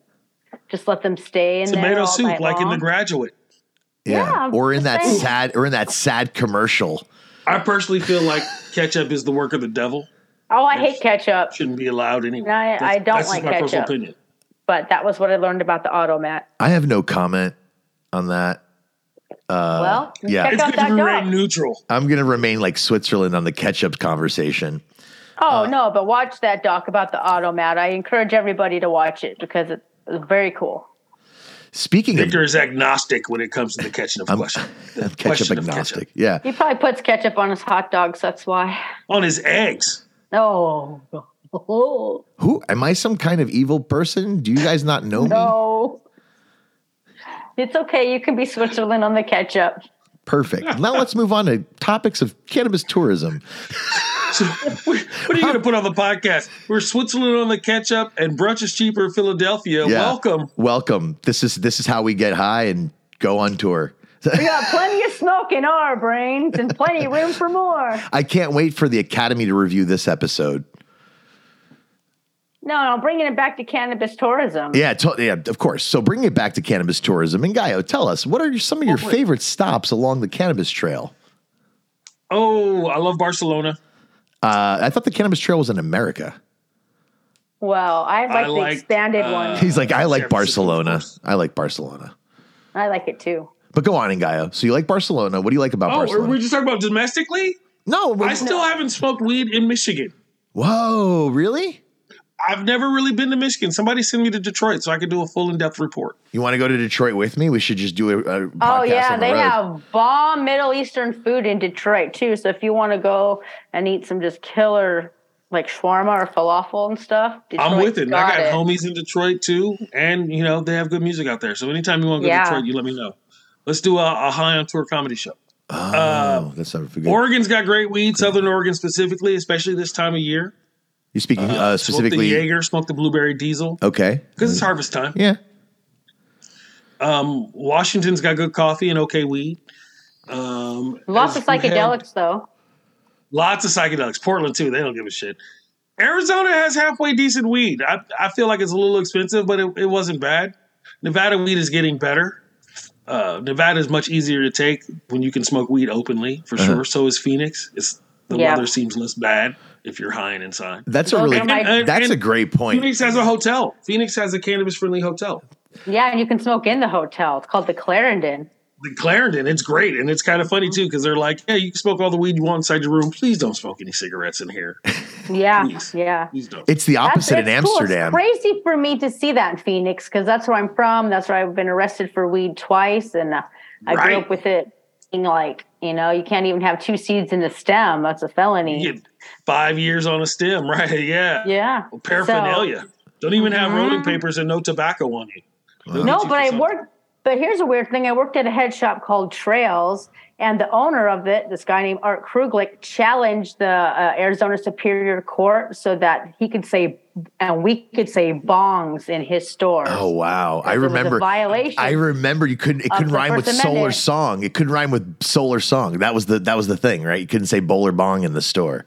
E: just let them stay in there
D: Tomato
E: all
D: soup,
E: night
D: like in
E: long.
D: The Graduate.
F: yeah.
E: Yeah,
F: Or in
E: just
F: that
E: saying.
F: sad or in that sad commercial.
D: I personally feel like ketchup is the work of the devil.
E: oh, I hate ketchup,
D: Shouldn't be allowed anyway.
E: No, I- I don't
D: that's
E: like
D: just my personal
E: ketchup.
D: opinion.
E: but that was what I learned about the automat.
F: I have no comment on that. Uh,
E: well,
F: yeah.
E: check
D: It's
E: out
D: good to
E: that
D: be
E: dog.
D: very neutral.
F: I'm going to remain like Switzerland on the ketchup conversation.
D: Uh.
E: oh no, but watch that doc about the automat. I encourage everybody to watch it because it's very cool.
F: Speaking of
D: Victor is agnostic when it comes to the catching of question. The
F: ketchup
D: question of
F: agnostic.
D: ketchup.
F: Yeah.
E: He probably puts ketchup on his hot dogs. That's why.
D: On his eggs.
E: Oh, oh
F: Who am I some kind of evil person? Do you guys not know me?
E: no. It's okay. You can be Switzerland on the ketchup.
F: Perfect. Now let's move on to topics of cannabis tourism.
D: So, what are you going to put on the podcast? We're Switzerland on the ketchup and brunch is cheaper in Philadelphia.
F: Yeah.
D: Welcome.
F: Welcome. This is this is how we get high and go on tour.
E: We got plenty of smoke in our brains and plenty of room for more.
F: I can't wait for the Academy to review this episode.
E: No, no, bringing it back to cannabis tourism.
F: Yeah, to- yeah, of course. So bring it back to cannabis tourism. And Gaio, tell us what are your, some of your favorite stops along the cannabis trail?
D: Oh, I love Barcelona.
F: Uh, I thought the cannabis trail was in America.
E: Well, I like
D: I
E: the
D: like,
E: expanded
D: uh,
E: one.
F: He's like, I like
D: San Francisco, of
F: Barcelona.
D: course.
F: I like Barcelona.
E: I like it too.
F: But go on, Gaio. So you like Barcelona? What do you like about
D: Oh, are
F: Barcelona?
D: we just talking about domestically?
F: no. we-
D: I still haven't smoked weed in Michigan.
F: Whoa, really?
D: I've never really been to Michigan. Somebody send me to Detroit so I can do a full in depth report.
F: You want to go to Detroit with me? We should just do a, a podcast
E: Oh yeah,
F: on the
E: they
F: road.
E: have bomb Middle Eastern food in Detroit too. So if you want to go and eat some just killer like shawarma or falafel and stuff,
D: I'm
E: Detroit's
D: with it. And I got
E: it.
D: homies in Detroit too. And, you know, they have good music out there. So anytime you want to go
E: Yeah.
D: to Detroit, you let me know. Let's do a, a high on tour comedy show.
F: Oh,
E: uh,
F: that's not good.
D: Oregon's got great weed, Southern Oregon specifically, especially this time of year.
F: You're speaking uh,
D: Smoke the
F: specifically.
D: Jaeger, smoke the blueberry diesel
F: Okay.
D: because it's harvest time.
F: Yeah.
D: Um, Washington's got good coffee and okay weed. Um,
E: Lots of
D: as we head-
E: psychedelics though.
D: Lots of psychedelics. Portland too. They don't give a shit. Arizona has halfway decent weed. I, I feel like it's a little expensive, but it, it wasn't bad. Nevada weed is getting better. uh, Nevada is much easier to take when you can smoke weed openly, for sure. So is Phoenix. It's the
E: Yeah.
D: weather seems less bad if you're high and inside.
F: That's a
E: Well,
F: really
E: they're like-
D: And-
F: that's
D: and
F: a great point.
D: Phoenix has a hotel. Phoenix has a cannabis friendly hotel.
E: Yeah, and you can smoke in the hotel. It's called the Clarendon.
D: The Clarendon, it's great. And it's kind of funny too, because they're like, yeah, you can smoke all the weed you want inside your room. Please don't smoke any cigarettes in here.
E: Yeah,
D: Please.
E: yeah.
D: Please don't.
F: It's the opposite in
E: it's cool. It's
F: Amsterdam.
E: crazy for me to see that in Phoenix because that's where I'm from. That's where I've been arrested for weed twice, and uh, I grew
D: Right.
E: up with it. Being like, you know, you can't even have two seeds in the stem. That's a felony.
D: You get five years on a stem, right? Yeah.
E: yeah.
D: Paraphernalia. don't even have
E: Mhm.
D: rolling papers and no tobacco on you. They'll get
E: No,
D: you
E: but
D: for
E: I
D: something.
E: worked. But here's a weird thing. I worked at a head shop called Trails, and the owner of it, this guy named Art Kruglik, challenged the uh, Arizona Superior Court so that he could say and we could say bongs in his store.
F: Oh wow! I
E: It was a
F: remember.
E: violation.
F: I remember you couldn't. It
E: of
F: couldn't
E: the
F: rhyme with
E: First
F: solar
E: Amendment.
F: song. It couldn't rhyme with solar song. That was the that was the thing, right? You couldn't say bowler bong in the store.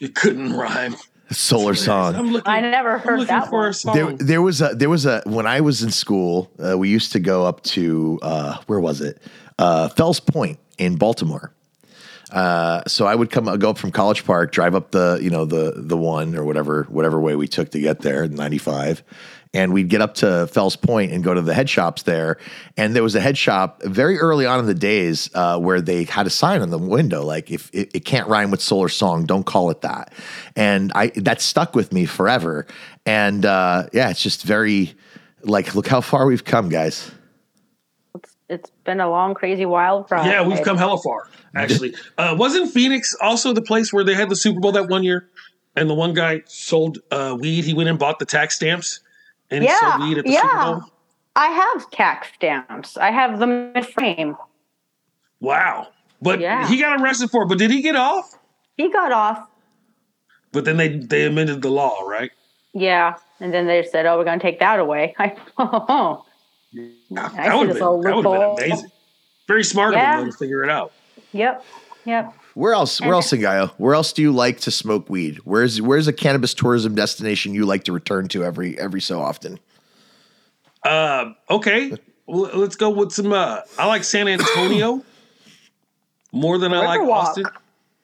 D: It couldn't rhyme.
F: Solar song.
D: I'm looking,
E: I never
D: I'm
E: heard
D: looking
E: that
D: for
E: one.
D: a song.
F: There, there was a there was a when I was in school, uh, we used to go up to uh, where was it? Uh, Fells Point in Baltimore. Uh, so I would come go up from College Park, drive up the you know the the one or whatever whatever way we took to get there, ninety five, and we'd get up to Fells Point and go to the head shops there. And there was a head shop very early on in the days uh, where they had a sign on the window like if it, it can't rhyme with solar song, don't call it that. And I that stuck with me forever. And uh, yeah, it's just very like look how far we've come, guys.
E: It's, it's been a long, crazy, wild ride.
D: Yeah, we've come hella far, actually. Uh, wasn't Phoenix also the place where they had the Super Bowl that one year? And the one guy sold uh, weed. He went and bought the tax stamps and he
E: Yeah,
D: sold weed at the
E: yeah.
D: Super Bowl.
E: I have tax stamps. I have them in frame.
D: Wow. But
E: Yeah.
D: he got arrested for it. But did he get off?
E: He got off.
D: But then they, they amended the law, right?
E: Yeah, and then they said, "Oh, we're going to take that away." I, oh, I
D: that
E: see
D: would have
E: this
D: been,
E: old
D: that would've
E: loophole.
D: been amazing. Very smart
E: Yeah.
D: of them to figure it out.
E: yep, yep.
F: Where else? Where
E: And-
F: else, Gaio? Where else do you like to smoke weed? Where's Where's a cannabis tourism destination you like to return to every every so often?
D: Uh, okay, well, let's go with some. Uh, I like San Antonio more than I like
E: Riverwalk.
D: Austin.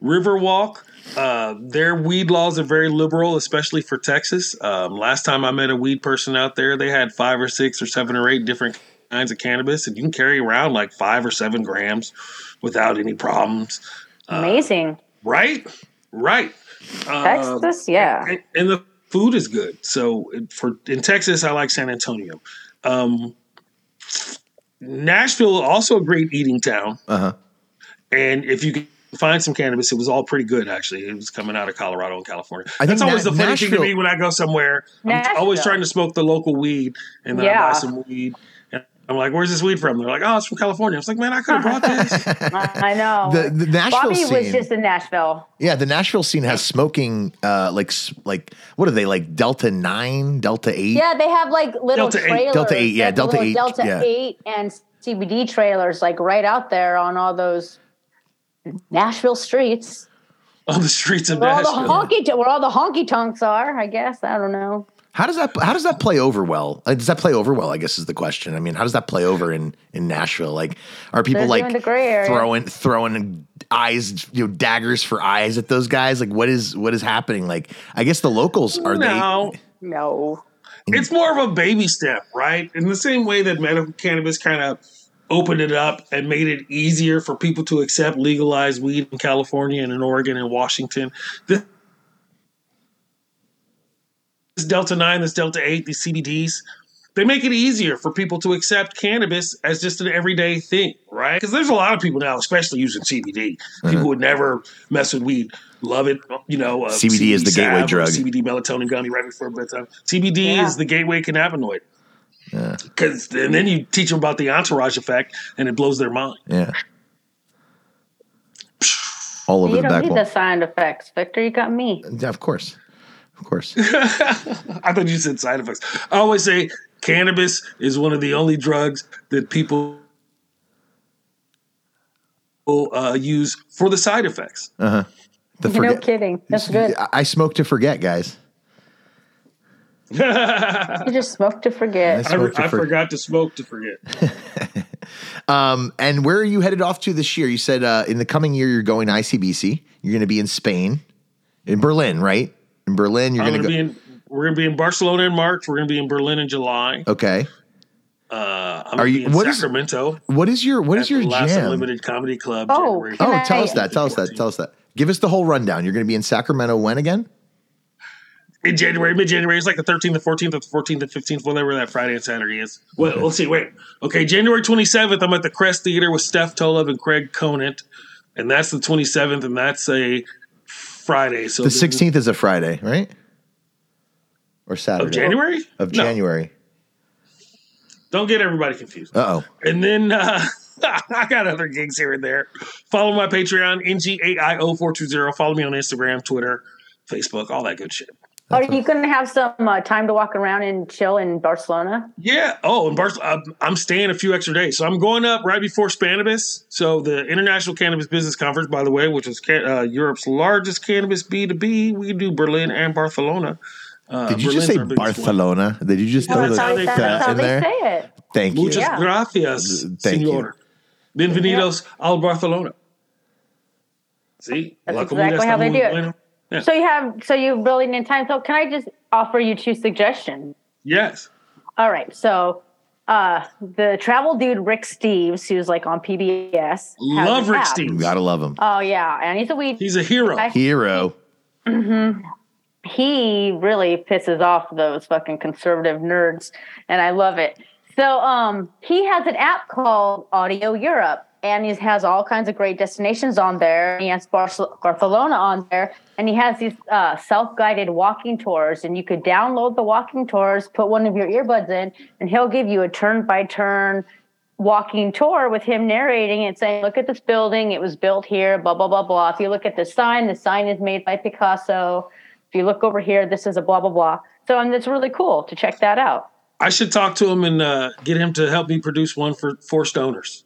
D: Riverwalk. Uh, their weed laws are very liberal, especially for Texas. Um, last time I met a weed person out there, they had five or six or seven or eight different kinds of cannabis, and you can carry around like five or seven grams without any problems.
E: Amazing.
D: Right? Right. Uh,
E: Texas, yeah.
D: and, and the food is good. So it- for in Texas, I like San Antonio. Um, Nashville also a great eating town,
F: Uh huh.
D: and if you can find some cannabis, it was all pretty good actually. It was coming out of Colorado and California.
F: I think
D: That's always
F: Na-
D: the funny thing to me
F: Nashville-
D: when I go somewhere. I'm always
E: Nashville.
D: trying to smoke the local weed, and then I
E: Yeah.
D: buy some weed. And I'm like, "Where's this weed from?" They're like, "Oh, it's from California." I was like, "Man, I could have brought this."
E: I I know.
F: The the Nashville
E: Uh, Bobby
F: scene.
E: was just in Nashville.
F: yeah, the Nashville scene has smoking. Uh, like s- like what are they like? Delta nine, Delta eight.
E: Yeah, they have like little
D: Delta eight.
E: trailers.
F: Delta eight, yeah,
E: They have the
F: Delta
E: little
F: eight,
E: Delta
F: yeah.
E: eight and CBD trailers, like right out there on all those Nashville streets,
D: On the streets of
E: where all the
D: Nashville,
E: honky where all the honky tonks are. I guess I don't know.
F: How does that How does that play over well? Uh, Does that play over well? I guess is the question. I mean, how does that play over in in Nashville? Like, are people
E: They're
F: like
E: doing the gray area.
F: throwing throwing eyes, you know, daggers for eyes at those guys? Like, what is what is happening? Like, I guess the locals are they.
D: no,
E: No.
F: Mm-hmm.
D: it's more of a baby step, right? In the same way that medical cannabis kind of opened it up and made it easier for people to accept legalized weed in California and in Oregon and Washington. This this Delta 9, this Delta 8, these CBDs, they make it easier for people to accept cannabis as just an everyday thing, right? Because there's a lot of people now, especially using CBD,
F: Uh-huh.
D: people would never mess with weed. Love it, you know. Uh,
F: CBD is the gateway
D: salve or
F: drug.
D: CBD melatonin gummy right before bedtime. CBD
E: Yeah.
D: is the gateway cannabinoid. Because and then you teach them about the entourage effect, and it blows their mind.
F: Yeah. All
E: You
F: over the
E: don't
F: back
E: need
F: wall.
E: the sound effects, Victor. You got me.
F: Yeah, of course. Of course.
D: I thought you said side effects. I always say cannabis is one of the only drugs that people will uh, use for the side effects.
F: The
E: No
F: forget-
E: kidding. That's good.
F: I- I smoke to forget, guys.
E: You just smoke to forget.
F: That's-
D: I,
F: Smoke to
D: I
F: forget.
D: forgot to smoke to forget.
F: Um, and where are you headed off to this year? You said uh, in the coming year you're going ICBC. You're going to be in Spain, in Berlin, right? In Berlin, you're
D: I'm
F: going
D: gonna
F: to go.
D: be in, we're going to be in Barcelona in March. We're going to be in Berlin in July.
F: okay.
D: Uh, I'm
F: Are
D: going to
F: you-
D: be in
F: what is-
D: Sacramento
F: What is your What
D: at
F: is your
D: the Last
F: jam?
D: Unlimited Comedy Club.
E: Oh,
D: January
E: can
F: Oh,
E: I-
F: tell us that. Tell us that. Tell us that. Give us the whole rundown. You're going to be in Sacramento when again?
D: in January, mid January. It's like the 13th, the 14th, the 14th, the 15th, whatever that Friday and Saturday is. Well, let's see. Wait. Okay, January 27th, I'm at the Crest Theater with Steph Tolov and Craig Conant. And that's the 27th, and that's a Friday. So
F: The
D: this is-
F: 16th is a Friday, right? Or Saturday
D: of January?
F: Of
D: No,
F: January.
D: don't get everybody confused.
F: Uh oh.
D: And then uh, I got other gigs here and there. Follow my Patreon, NGAIO420. Follow me on Instagram, Twitter, Facebook, all that good shit.
E: Are you going to have some uh, time to walk around and chill in Barcelona?
D: Yeah. Oh, and Barc- I'm- I'm staying a few extra days. So I'm going up right before Spanibus. So the International Cannabis Business Conference, by the way, which is can- uh, Europe's largest cannabis B2B. We do Berlin and Barcelona. Uh,
F: Did you
D: Berlin's
F: just say
D: our biggest one.
F: Barcelona? Did you just throw
D: that's
F: the
D: how they-
F: that
E: that's how
F: in
E: they
F: there?
E: say it.
F: Thank you.
D: Muchas
E: Yeah.
D: gracias,
F: Thank you.
D: senor. Bienvenidos al Barcelona. See?
E: That's
D: La comida
E: exactly
D: está
E: how they
D: muy
E: do it.
D: buena. Yeah.
E: So you have so you're building in time. So can I just offer you two suggestions?
D: Yes.
E: All right. So uh the travel dude Rick Steves, who's like on PBS. has
D: Love
E: an
D: Rick
E: app.
F: You
D: Steves.
F: gotta love him.
E: Oh yeah, and he's a weed.
D: He's a hero.
E: I-
F: Hero.
E: he really pisses off those fucking conservative nerds and i love it so um he has an app called audio europe and he has all kinds of great destinations on there he has Barcel- barcelona on there and he has these uh, self-guided walking tours and you could download the walking tours put one of your earbuds in and he'll give you a turn by turn walking tour with him narrating it saying look at this building it was built here blah blah blah blah if you look at the sign the sign is made by picasso if you look over here, this is a blah blah blah. So and it's really cool to check that out.
D: I should talk to him and uh, get him to help me produce one for four stoners.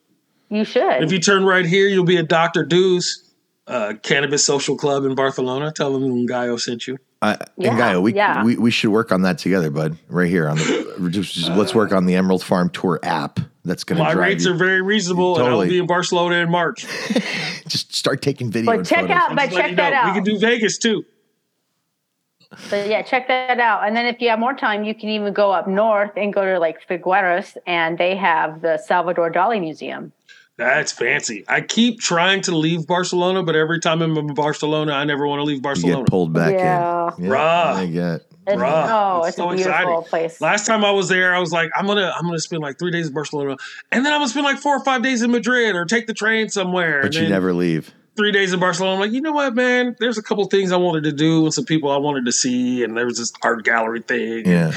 E: You should.
D: If you turn right here, you'll be at Dr. Dew's uh, Cannabis Social Club in Barcelona. Tell them Gaio sent you.
F: I, and
E: Yeah,
F: Gaio, we,
E: yeah.
F: we we should work on that together, bud. Right here on the just, just- let's work on the Emerald Farm Tour app. That's gonna
D: My
F: drive
D: rates
F: you.
D: are very reasonable, and I'll
F: Totally.
D: be in Barcelona in March.
F: just start taking video.
E: but
F: and
E: check
F: photos.
E: out, but
D: Just let
E: check
D: you
E: that
D: know.
E: out.
D: We can do Vegas too.
E: so yeah, check that out. And then if you have more time, you can even go up north and go to like Figueres, and they have the Salvador Dali Museum.
D: That's fancy. I keep trying to leave Barcelona, but every time I'm in Barcelona, I never want to leave
F: You get
D: Barcelona.
F: pulled back
E: Yeah.
F: in.
D: Bruh.
F: I get.
E: It's,
D: Bruh,
E: oh,
D: that's
E: it's
D: so
E: a beautiful
D: exciting.
E: place.
D: Last time I was there, I was like, I'm gonna, I'm gonna spend like three days in Barcelona, and then I'm gonna spend like four or five days in Madrid, or take the train somewhere.
F: But
D: and
F: you
D: then
F: never leave.
D: three days in Barcelona. I'm like, you know what, man? There's a couple things I wanted to do and some people I wanted to see, and there was this art gallery thing.
F: Yeah.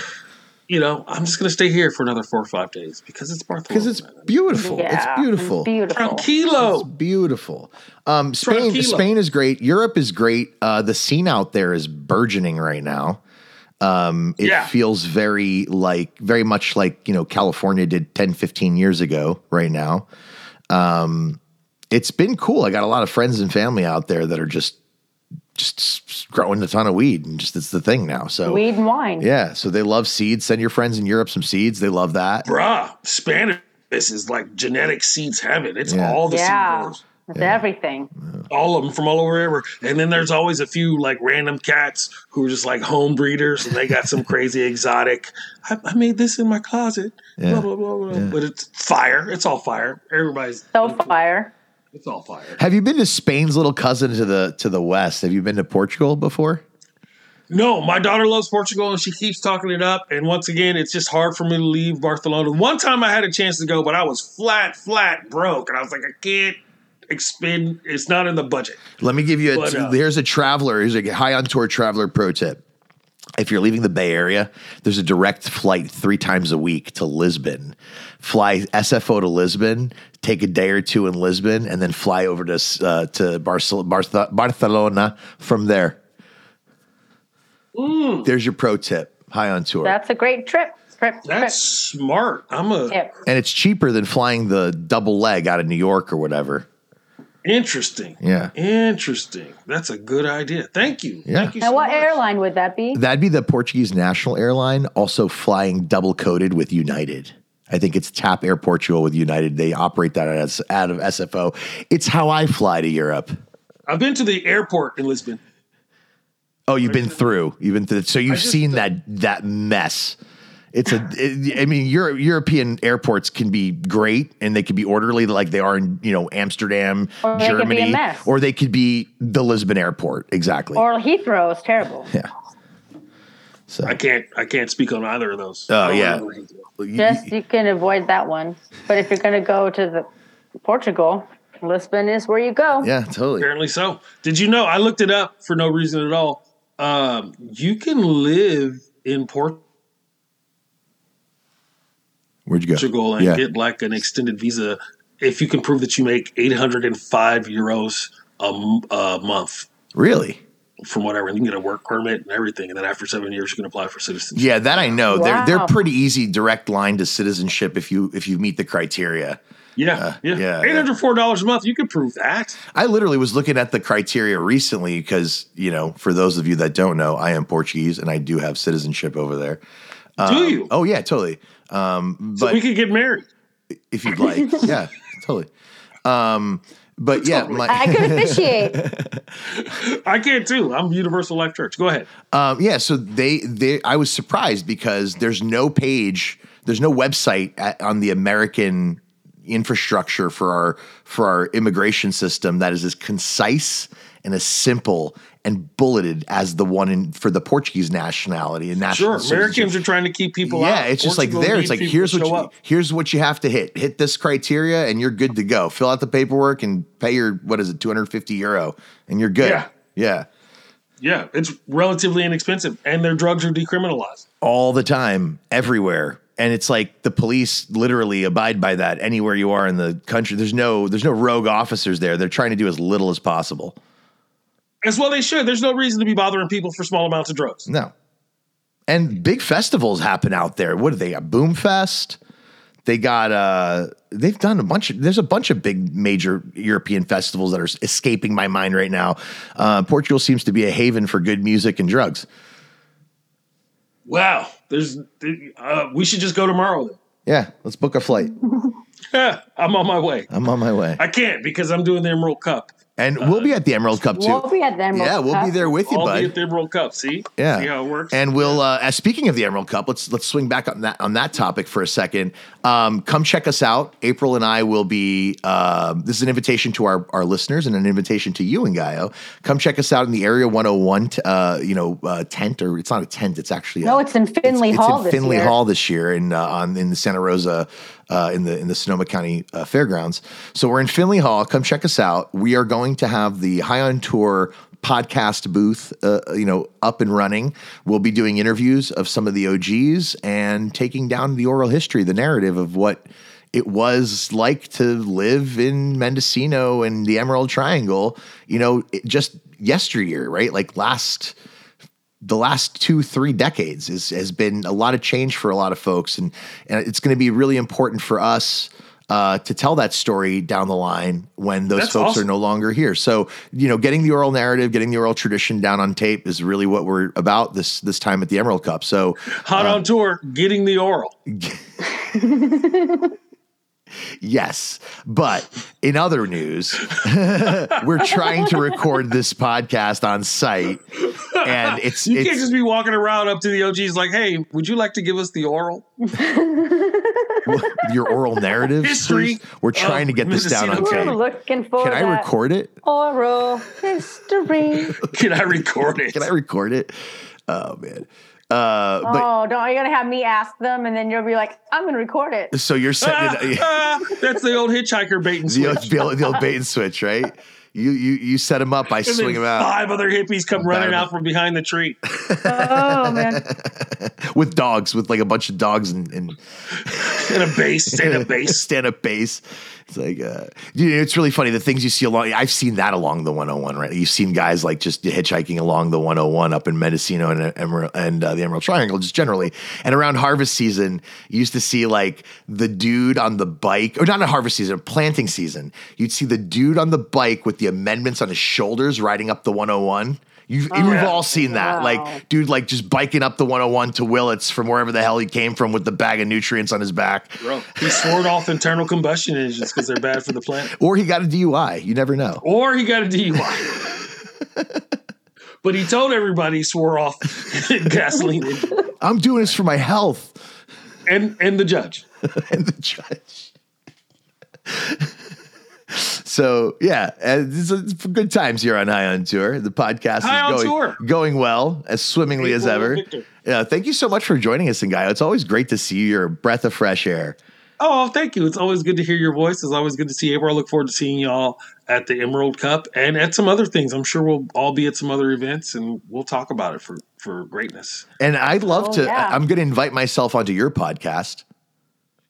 D: You know, I'm just gonna stay here for another four or five days because it's Barcelona.
F: Because it's beautiful.
E: yeah,
F: It's beautiful.
E: beautiful.
F: It's
D: Tranquilo.
F: beautiful. Um, Spain,
D: Tranquilo.
F: Spain is great. Europe is great. Uh, the scene out there is burgeoning right now. Um, it
D: Yeah.
F: feels very like very much like you know California did 10, 15 years ago. Right now, um, it's been cool. I got a lot of friends and family out there that are just just s- growing a ton of weed, and just it's the thing now. So
E: Weed and wine.
F: yeah, so they love seeds. Send your friends in Europe some seeds. They love that.
D: Bruh, Spanish is like genetic seeds heaven. It's
F: Yeah.
D: all the seed
E: Yeah.
D: growers.
E: It's everything.
D: all of them from all over ever. And then there's always a few like random cats who are just like home breeders and they got some crazy exotic. I, I made this in my closet.
F: Yeah.
D: Blah blah blah blah. But it's fire. It's all fire. Everybody's
E: So fire.
D: it's all fire.
F: Have you been to Spain's little cousin to the to the west? Have you been to Portugal before?
D: No, my daughter loves Portugal and she keeps talking it up. And once again, it's just hard for me to leave Barcelona. One time I had a chance to go, but I was flat, flat broke, and I was like, I can't expend. It's not in the budget.
F: Let me give you a
D: But, uh,
F: here's a traveler, here's a high on tour traveler pro tip. If you're leaving the Bay Area, there's a direct flight three times a week to Lisbon. Fly SFO to Lisbon, take a day or two in Lisbon, and then fly over to s- uh, to Barcel- Barth- Barcelona from there. There's your pro tip, high on tour.
E: That's a great trip. Trip. trip.
D: That's smart. I'm a
E: Tip.
F: and it's cheaper than flying the double leg out of New York or whatever.
D: interesting.
F: Yeah.
D: Interesting. That's a good idea. Thank you.
F: Yeah.
D: Thank you
E: Now,
D: so
E: what
D: much.
E: airline would that be?
F: That'd be the Portuguese national airline, also flying double coated with United. I think it's TAP Air Portugal with United. They operate that as, out of SFO. It's how I fly to Europe.
D: I've been to the airport in Lisbon.
F: Oh, you've been through. You've been through. So you've
D: just,
F: seen that that mess. It's a. it- I mean, Euro, European airports can be great and they can be orderly, like they are in you know Amsterdam,
E: Or they could be a
F: Germany,
E: mess.
F: or they could be the Lisbon airport. Exactly.
E: Or Heathrow is terrible.
F: yeah. So
D: I can't. I can't speak on either of those.
F: Oh,
D: I don't
F: yeah.
D: remember either.
F: you-
E: Just you can avoid that one. But if you're going to go to the Portugal, Lisbon is where you go.
F: yeah, totally.
D: Apparently so. Did you know? I looked it up for no reason at all. Um, you can live in Portugal
F: Where'd you go?
D: and
F: yeah.
D: get like an extended visa if you can prove that you make 805 euros a, m- a month
F: Really?
D: from whatever. And you can get a work permit and everything. And then after seven years, you can apply for citizenship.
F: Yeah, that I know. They're they're
E: Wow.
F: pretty easy direct line to citizenship if you if you meet the criteria.
D: Yeah. yeah.
F: yeah, yeah.
D: $804 a month. You can prove that.
F: I literally was looking at the criteria recently because, you know, for those of you that don't know, I am Portuguese and I do have citizenship over there.
D: Do you?
F: Oh yeah, totally. Um,
D: so
F: but
D: we could get married.
F: if you'd like, yeah, totally. Um, but yeah, my,
E: I could officiate.
D: I can too. I'm Universal Life Church. Go ahead.
F: um, yeah. So they, they, I was surprised because there's no page, there's no website at, on the American infrastructure for our for our immigration system that is as concise and as simple and bulleted as the one in for the Portuguese nationality and national.
D: Sure. Americans
F: citizenship.
D: are trying to keep people out.
F: Ah, Yeah, it's just like
D: Portugal
F: there.
D: needs
F: It's like
D: people
F: here's
D: to
F: what
D: show
F: you,
D: up.
F: here's what you have to hit. Hit this criteria, and you're good to go. Fill out the paperwork and pay your what is it, 250 euro, and you're good.
D: Yeah.
F: yeah.
D: Yeah, it's relatively inexpensive, and their drugs are decriminalized.
F: all the time, everywhere. And it's like the police literally abide by that anywhere you are in the country. There's no there's no rogue officers there. They're trying to do as little as possible.
D: As well, they should. There's no reason to be bothering people for small amounts of drugs.
F: No. And big festivals happen out there. What do they got? Boom Fest. They got uh they've done a bunch of there's a bunch of big major European festivals that are escaping my mind right now. Uh, Portugal seems to be a haven for good music and drugs.
D: Wow, there's. Uh, we should just go tomorrow. Then.
F: Yeah, let's book a flight.
D: Yeah, I'm on my way.
F: I'm on my way.
D: I can't because I'm doing the Emerald Cup.
F: And we'll be at the Emerald Cup too.
E: We'll be at the Emerald
F: yeah, we'll be
E: Cup.
F: there with you,
D: I'll
F: bud.
D: be at the Emerald Cup. See,
F: Yeah,
D: see how it works.
F: And we'll uh, as speaking of the Emerald Cup, let's let's swing back on that on that topic for a second. Um, come check us out. April and I will be. um this is an invitation to our our listeners and an invitation to you and Gaio. Come check us out in the Area 101. T- uh, you know, uh, tent or it's not a tent. It's actually
E: No,
F: a-
E: it's in Finley
F: it's,
E: Hall
F: It's in
E: this
F: Finley
E: year.
F: Hall this year in uh, on in the Santa Rosa uh, in the in the Sonoma County uh, Fairgrounds. So we're in Finley Hall. Come check us out. We are going to have the High on Tour podcast booth, uh, you know, up and running. We'll be doing interviews of some of the OGs and taking down the oral history, the narrative of what it was like to live in Mendocino and the Emerald Triangle. You know, it, just yesteryear, right? Like last the last two three decades is, has been a lot of change for a lot of folks and, and it's going to be really important for us uh, to tell that story down the line when those
D: That's
F: folks
D: awesome.
F: are no longer here so you know getting the oral narrative getting the oral tradition down on tape is really what we're about this this time at the emerald cup so
D: Hot
F: uh,
D: on tour, getting the oral.
F: Yes. But in other news, we're trying to record this podcast on site. And it's
D: You
F: it's
D: can't just be walking around up to the OGs like, "Hey, would you like to give us the oral?"
F: your oral narrative.
D: History Oh,
F: We're trying to get this down on
D: Mendocino
E: We're
D: Okay.
F: tape.
E: looking for
F: Can I
E: that
F: record it?
E: oral history.
D: Can I record it?
F: Can I record it? Oh man. Uh but
E: oh, don't you're gonna have me ask them, and then you'll be like, "I'm gonna record it."
F: so you're
D: Ah,
F: setting it
D: ah, that's the old hitchhiker bait and
F: the,
D: switch.
F: old, the, old, the old bait and switch, right? You you you set him up, I
D: And then
F: swing him out
D: Five other hippies come running out from behind the tree.
E: Oh man,
F: with dogs, with like a bunch of dogs and, and
D: in a base, in a base.
F: stand up bass. It's like, uh, you know, it's really funny. The things you see along, I've seen that along the 101, right? You've seen guys like just hitchhiking along the 101 up in Mendocino and, Emerald, and uh, the Emerald Triangle, just generally. And around harvest season, you used to see like the dude on the bike, or not in harvest season, planting season. You'd see the dude on the bike with the amendments on his shoulders riding up the 101. You've, we've all seen that. Like, dude, like just biking up the 101 to Willits from wherever the hell he came from with the bag of nutrients on his back.
D: Bro, he sworn off internal combustion engines because they're bad for the planet.
F: Or he got a DUI. You never know.
D: Or he got a DUI. but he told everybody he swore off gasoline engine.
F: I'm doing this for my health.
D: and and the judge.
F: and the judge. so yeah, and it's, it's good times here on High on Tour. The podcast
D: High on
F: is going,
D: Tour.
F: going well, as swimmingly as
D: April
F: ever.
D: Victor.
F: Yeah, thank you so much for joining us, Ngayo. It's always great to see you. You're a breath of fresh air.
D: Oh, thank you. It's always good to hear your voice. It's always good to see you. I look forward to seeing y'all at the Emerald Cup and at some other things. I'm sure we'll all be at some other events and we'll talk about it for, for greatness.
F: And I'd love
E: Oh,
F: to.
E: yeah.
F: I- I'm going to invite myself onto your podcast.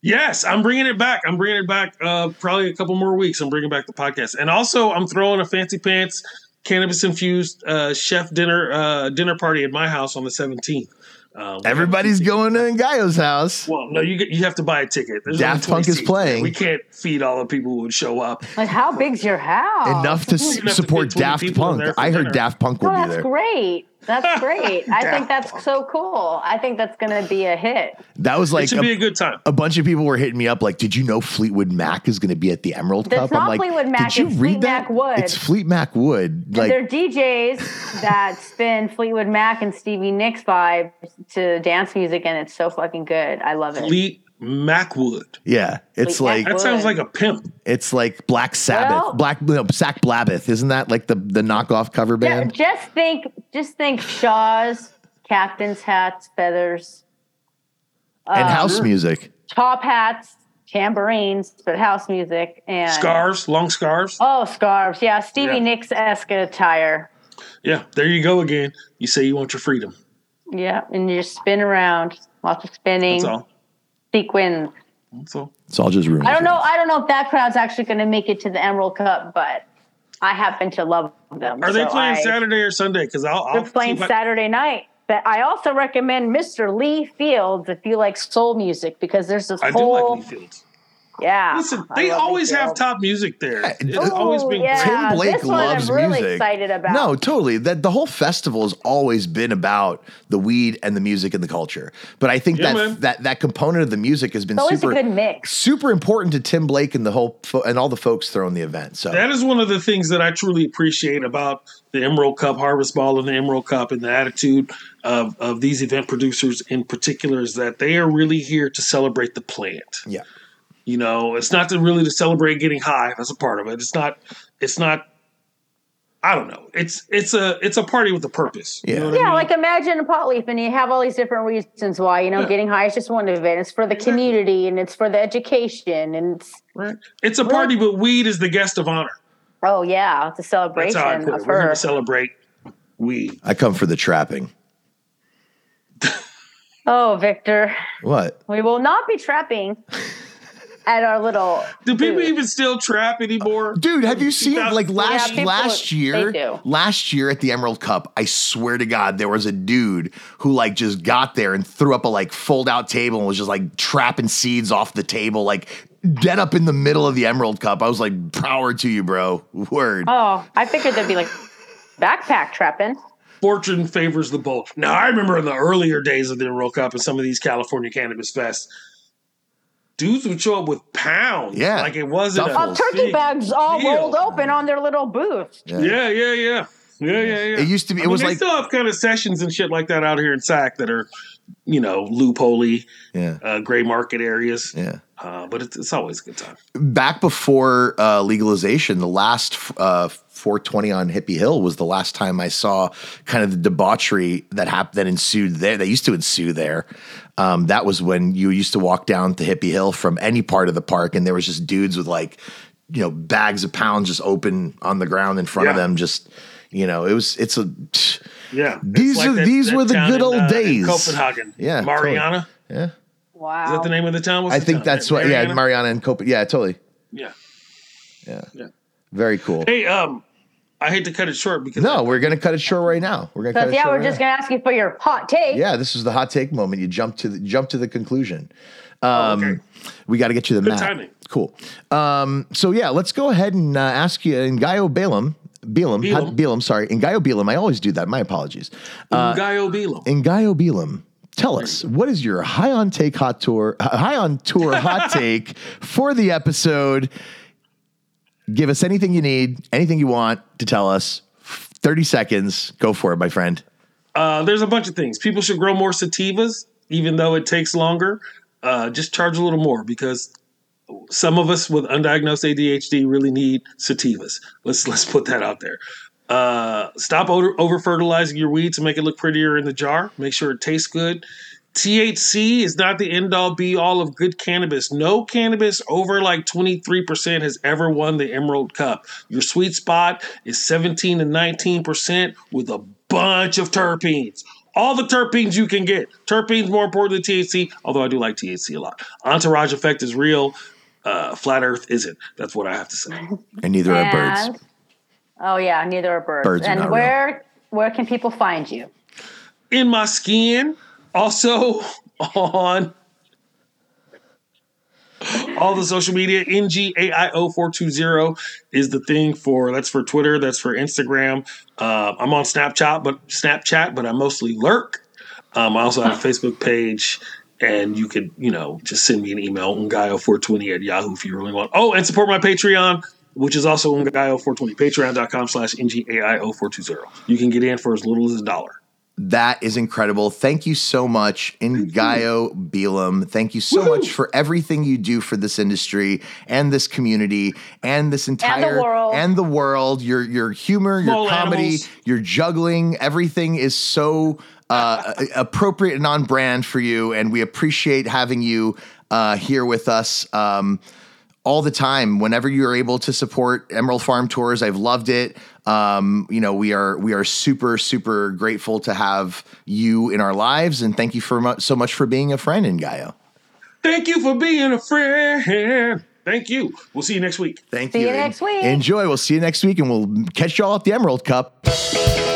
D: Yes, I'm bringing it back. I'm bringing it back uh, probably a couple more weeks. I'm bringing back the podcast. And also, I'm throwing a fancy pants cannabis infused uh, chef dinner uh, dinner party at my house on the 17th. Um,
F: Everybody's going to Ngayo's house.
D: Well, no, you get- you have to buy a ticket. There's
F: Daft
D: only 20
F: Punk is
D: seats.
F: playing.
D: We can't feed all the people who would show up.
E: Like, how big's your house?
F: Enough to
D: You'd have to
F: s- support
D: fit 20
F: Daft
D: people in
F: Punk.
D: there for
F: I heard
D: dinner.
F: Daft Punk will
E: Oh,
F: be
E: that's
F: there.
E: great. That's great. I think that's so cool. I think that's going to be a hit.
F: That was
D: It
F: like
D: should
F: a-
D: be a good time.
F: a bunch of people were hitting me up like, "Did you know Fleetwood Mac is going to be at the Emerald
E: That's
F: Cup?"
E: not
F: like,
E: Fleetwood Mac,
F: "Did you
E: it's
F: read
E: Fleet
F: that?
E: Mac Wood."
F: It's Fleet Mac Wood." Like,
E: They're DJs that spin Fleetwood Mac and Stevie Nicks vibes to dance music, and it's so fucking good. I love it.
D: Fleet Macwood.
F: yeah, it's
E: Fleet Mac
F: like
D: That
E: Wood.
D: sounds like a pimp.
F: it's like Black Sabbath,
E: Well-
F: Black no, Sack Blabbeth. Isn't that like the the knockoff cover
E: Ju-
F: band?
E: just think, just think Shaw's, captain's hats, feathers, uh,
F: and
E: hmm.
F: house music.
E: top hats, tambourines, but house music and
D: Scarves, long scarves.
E: Oh, scarves. Yeah, Stevie
D: Yeah.
E: Nicks esque attire.
D: Yeah, there you go again. You say you want your freedom.
E: Yeah, and you just spin around, lots of spinning,
D: That's all.
E: sequins.
D: That's all.
F: It's all just rumors.
E: I don't know. I don't know if that crowd's actually going to make it to the Emerald Cup, but I happen to love them.
D: Are they
E: so
D: playing
E: I-
D: Saturday or Sunday? Because I'll, I'll
E: They're playing
D: see what-
E: Saturday night. But I also recommend Mr. Lee Fields if you like soul music because there's this
D: I do
E: whole
D: like Lee Fields.
E: yeah.
D: Listen,
E: I
D: they
E: love Lee
D: always have
E: Fields.
D: top music there. It's
F: Ooh,
D: always been
E: yeah.
D: great.
F: Tim Blake
E: this one I'm
F: loves
E: really
F: music.
E: excited about.
F: No, totally. That the whole festival has always been about the weed and the music and the culture. But I think
D: Yeah,
F: that
D: man.
F: that that component of the music has been
E: It's always
F: super
E: a good mix.
F: super important to Tim Blake and the whole fo- and all the folks throwing the event. So
D: That is one of the things that I truly appreciate about the Emerald Cup, Harvest Ball, and the Emerald Cup, and the attitude of, of these event producers in particular is that they are really here to celebrate the plant.
F: yeah,
D: You know, it's not to really to celebrate getting high. That's a part of it. It's not. It's not. I don't know. It's it's a it's a party with a purpose. You
F: Yeah.
D: know what I
E: Yeah,
D: mean?
E: like imagine a pot leaf, and you have all these different reasons why you know getting high is just one of it. It's for the community, and it's for the education, and it's
D: Right. It's a party, but weed is the guest of honor.
E: oh yeah, it's a
D: That's how I
E: celebration
D: put
E: of
D: it. We're here
E: her.
D: to celebrate weed.
F: I come for the trapping.
E: Oh, Victor,
F: What?
E: we will not be trapping at our little.
D: Do people
E: booth.
D: even still trap anymore?
F: Dude, have you seen like
D: 2000
F: last
E: people-
F: last
E: they do.
F: year? Last year at the Emerald Cup, I swear to God, there was a dude who like just got there and threw up a like fold out table and was just like trapping seeds off the table, like dead up in the middle of the Emerald Cup. I was like, power to you, bro. Word.
E: Oh, I figured there'd be like backpack trapping.
D: fortune favors the bold. Now, I remember in the earlier days of the World Cup and some of these California cannabis fests, dudes would show up with pounds.
F: Yeah.
D: Like it wasn't
F: Duffels.
D: a
E: Of turkey
D: big
E: bags all
D: deal.
E: rolled open on their little booth.
D: Yeah, yeah, yeah. Yeah, yeah, yeah.
F: It used to be-
D: I
F: it
D: mean,
F: was
D: they
F: like-
D: still have kind of sessions and shit like that out here in SAC that are, you know, loophole
F: Yeah.
D: uh, gray market areas.
F: Yeah.
D: Uh, but it's, it's always a good time.
F: back before uh, legalization, the last uh, 420 on Hippie Hill was the last time I saw kind of the debauchery that happened that ensued there. That used to ensue there. Um, that was when you used to walk down to Hippie Hill from any part of the park, and there was just dudes with like, you know, bags of pounds just open on the ground in front of
D: Yeah.
F: them. Just, you know, it was it's a
D: Yeah.
F: These
D: It's
F: are-
D: that-
F: these
D: that
F: were the
D: town
F: good
D: in,
F: old
D: uh, in
F: days.
D: Copenhagen.
F: Yeah, totally.
D: Mariana.
F: yeah.
E: Wow.
D: Is that the name of the town? What's
F: I
D: the
F: think
D: town?
F: that's what yeah,
D: Uh, Mariana?
F: Mariana and Copa. Yeah, totally.
D: yeah.
F: Very cool.
D: Hey, um, I hate to cut it short because
F: No, we're gonna cut it short right now. We're gonna cut
E: But
F: it
E: yeah,
F: short
E: we're
F: right
E: just
F: now.
E: gonna ask you for your hot take.
F: Yeah, this is the hot take moment. You jump to the, jump to the conclusion. Um,
D: Oh, okay.
F: We got to get you the
D: Good
F: map.
D: timing.
F: Cool. Um, so yeah, let's go ahead and uh, ask you and Gaio Balaam. Bielam,
D: Bielam.
F: Had- Bielam, sorry, Ngayo Bielam. I always do that. My apologies. Uh,
D: Gaio Belo.
F: Ngayo Bielam, tell us what is your high on take hot tour, high on tour hot take for the episode. Give us anything you need, anything you want to tell us. Thirty seconds. Go for it, my friend.
D: Uh, there's a bunch of things. People should grow more sativas, even though it takes longer. Uh, just charge a little more because some of us with undiagnosed ADHD really need sativas. Let's let's put that out there. Uh, stop over fertilizing your weed to make it look prettier in the jar. Make sure it tastes good. THC is not the end all be all of good cannabis. No cannabis over like 23% has ever won the Emerald Cup. Your sweet spot is 17 to 19% with a bunch of terpenes. All the terpenes you can get. Terpenes more important than THC, although I do like THC a lot. Entourage effect is real. Uh, flat Earth isn't. That's what I have to say.
F: And neither are birds.
E: And- Oh yeah, neither are birds.
F: Birds are
E: and
F: not real.
E: where where can people find you?
D: In my skin, also on all the social media. NGAIO420 is the thing for that's for Twitter, that's for Instagram. Uh, I'm on Snapchat, but Snapchat, but I mostly lurk. Um, I also have a Facebook page, and you could, you know, just send me an email, ungayo420 at yahoo if you really want. Oh, and support my Patreon, which is also ungayo420, patreon.com slash ngaio420. You can get in for as little as a dollar.
F: That is incredible. Thank you so much, Ngayo Bielam. Thank you so much for everything you do for this industry and this community and this entire
E: world.
F: and the world. Your your humor, your
D: Small
F: comedy,
D: animals.
F: your juggling, everything is so uh, appropriate and on brand for you. And we appreciate having you uh, here with us. Um, all the time whenever you're able to support emerald farm tours i've loved it um, you know we are we are super super grateful to have you in our lives and thank you for mu- so much for being a friend in gaio
D: Thank you for being a friend. Thank you. We'll see you next week.
F: thank
E: See you
F: and
E: next week.
F: enjoy we'll see you next week and we'll catch y'all at the emerald cup
E: Thank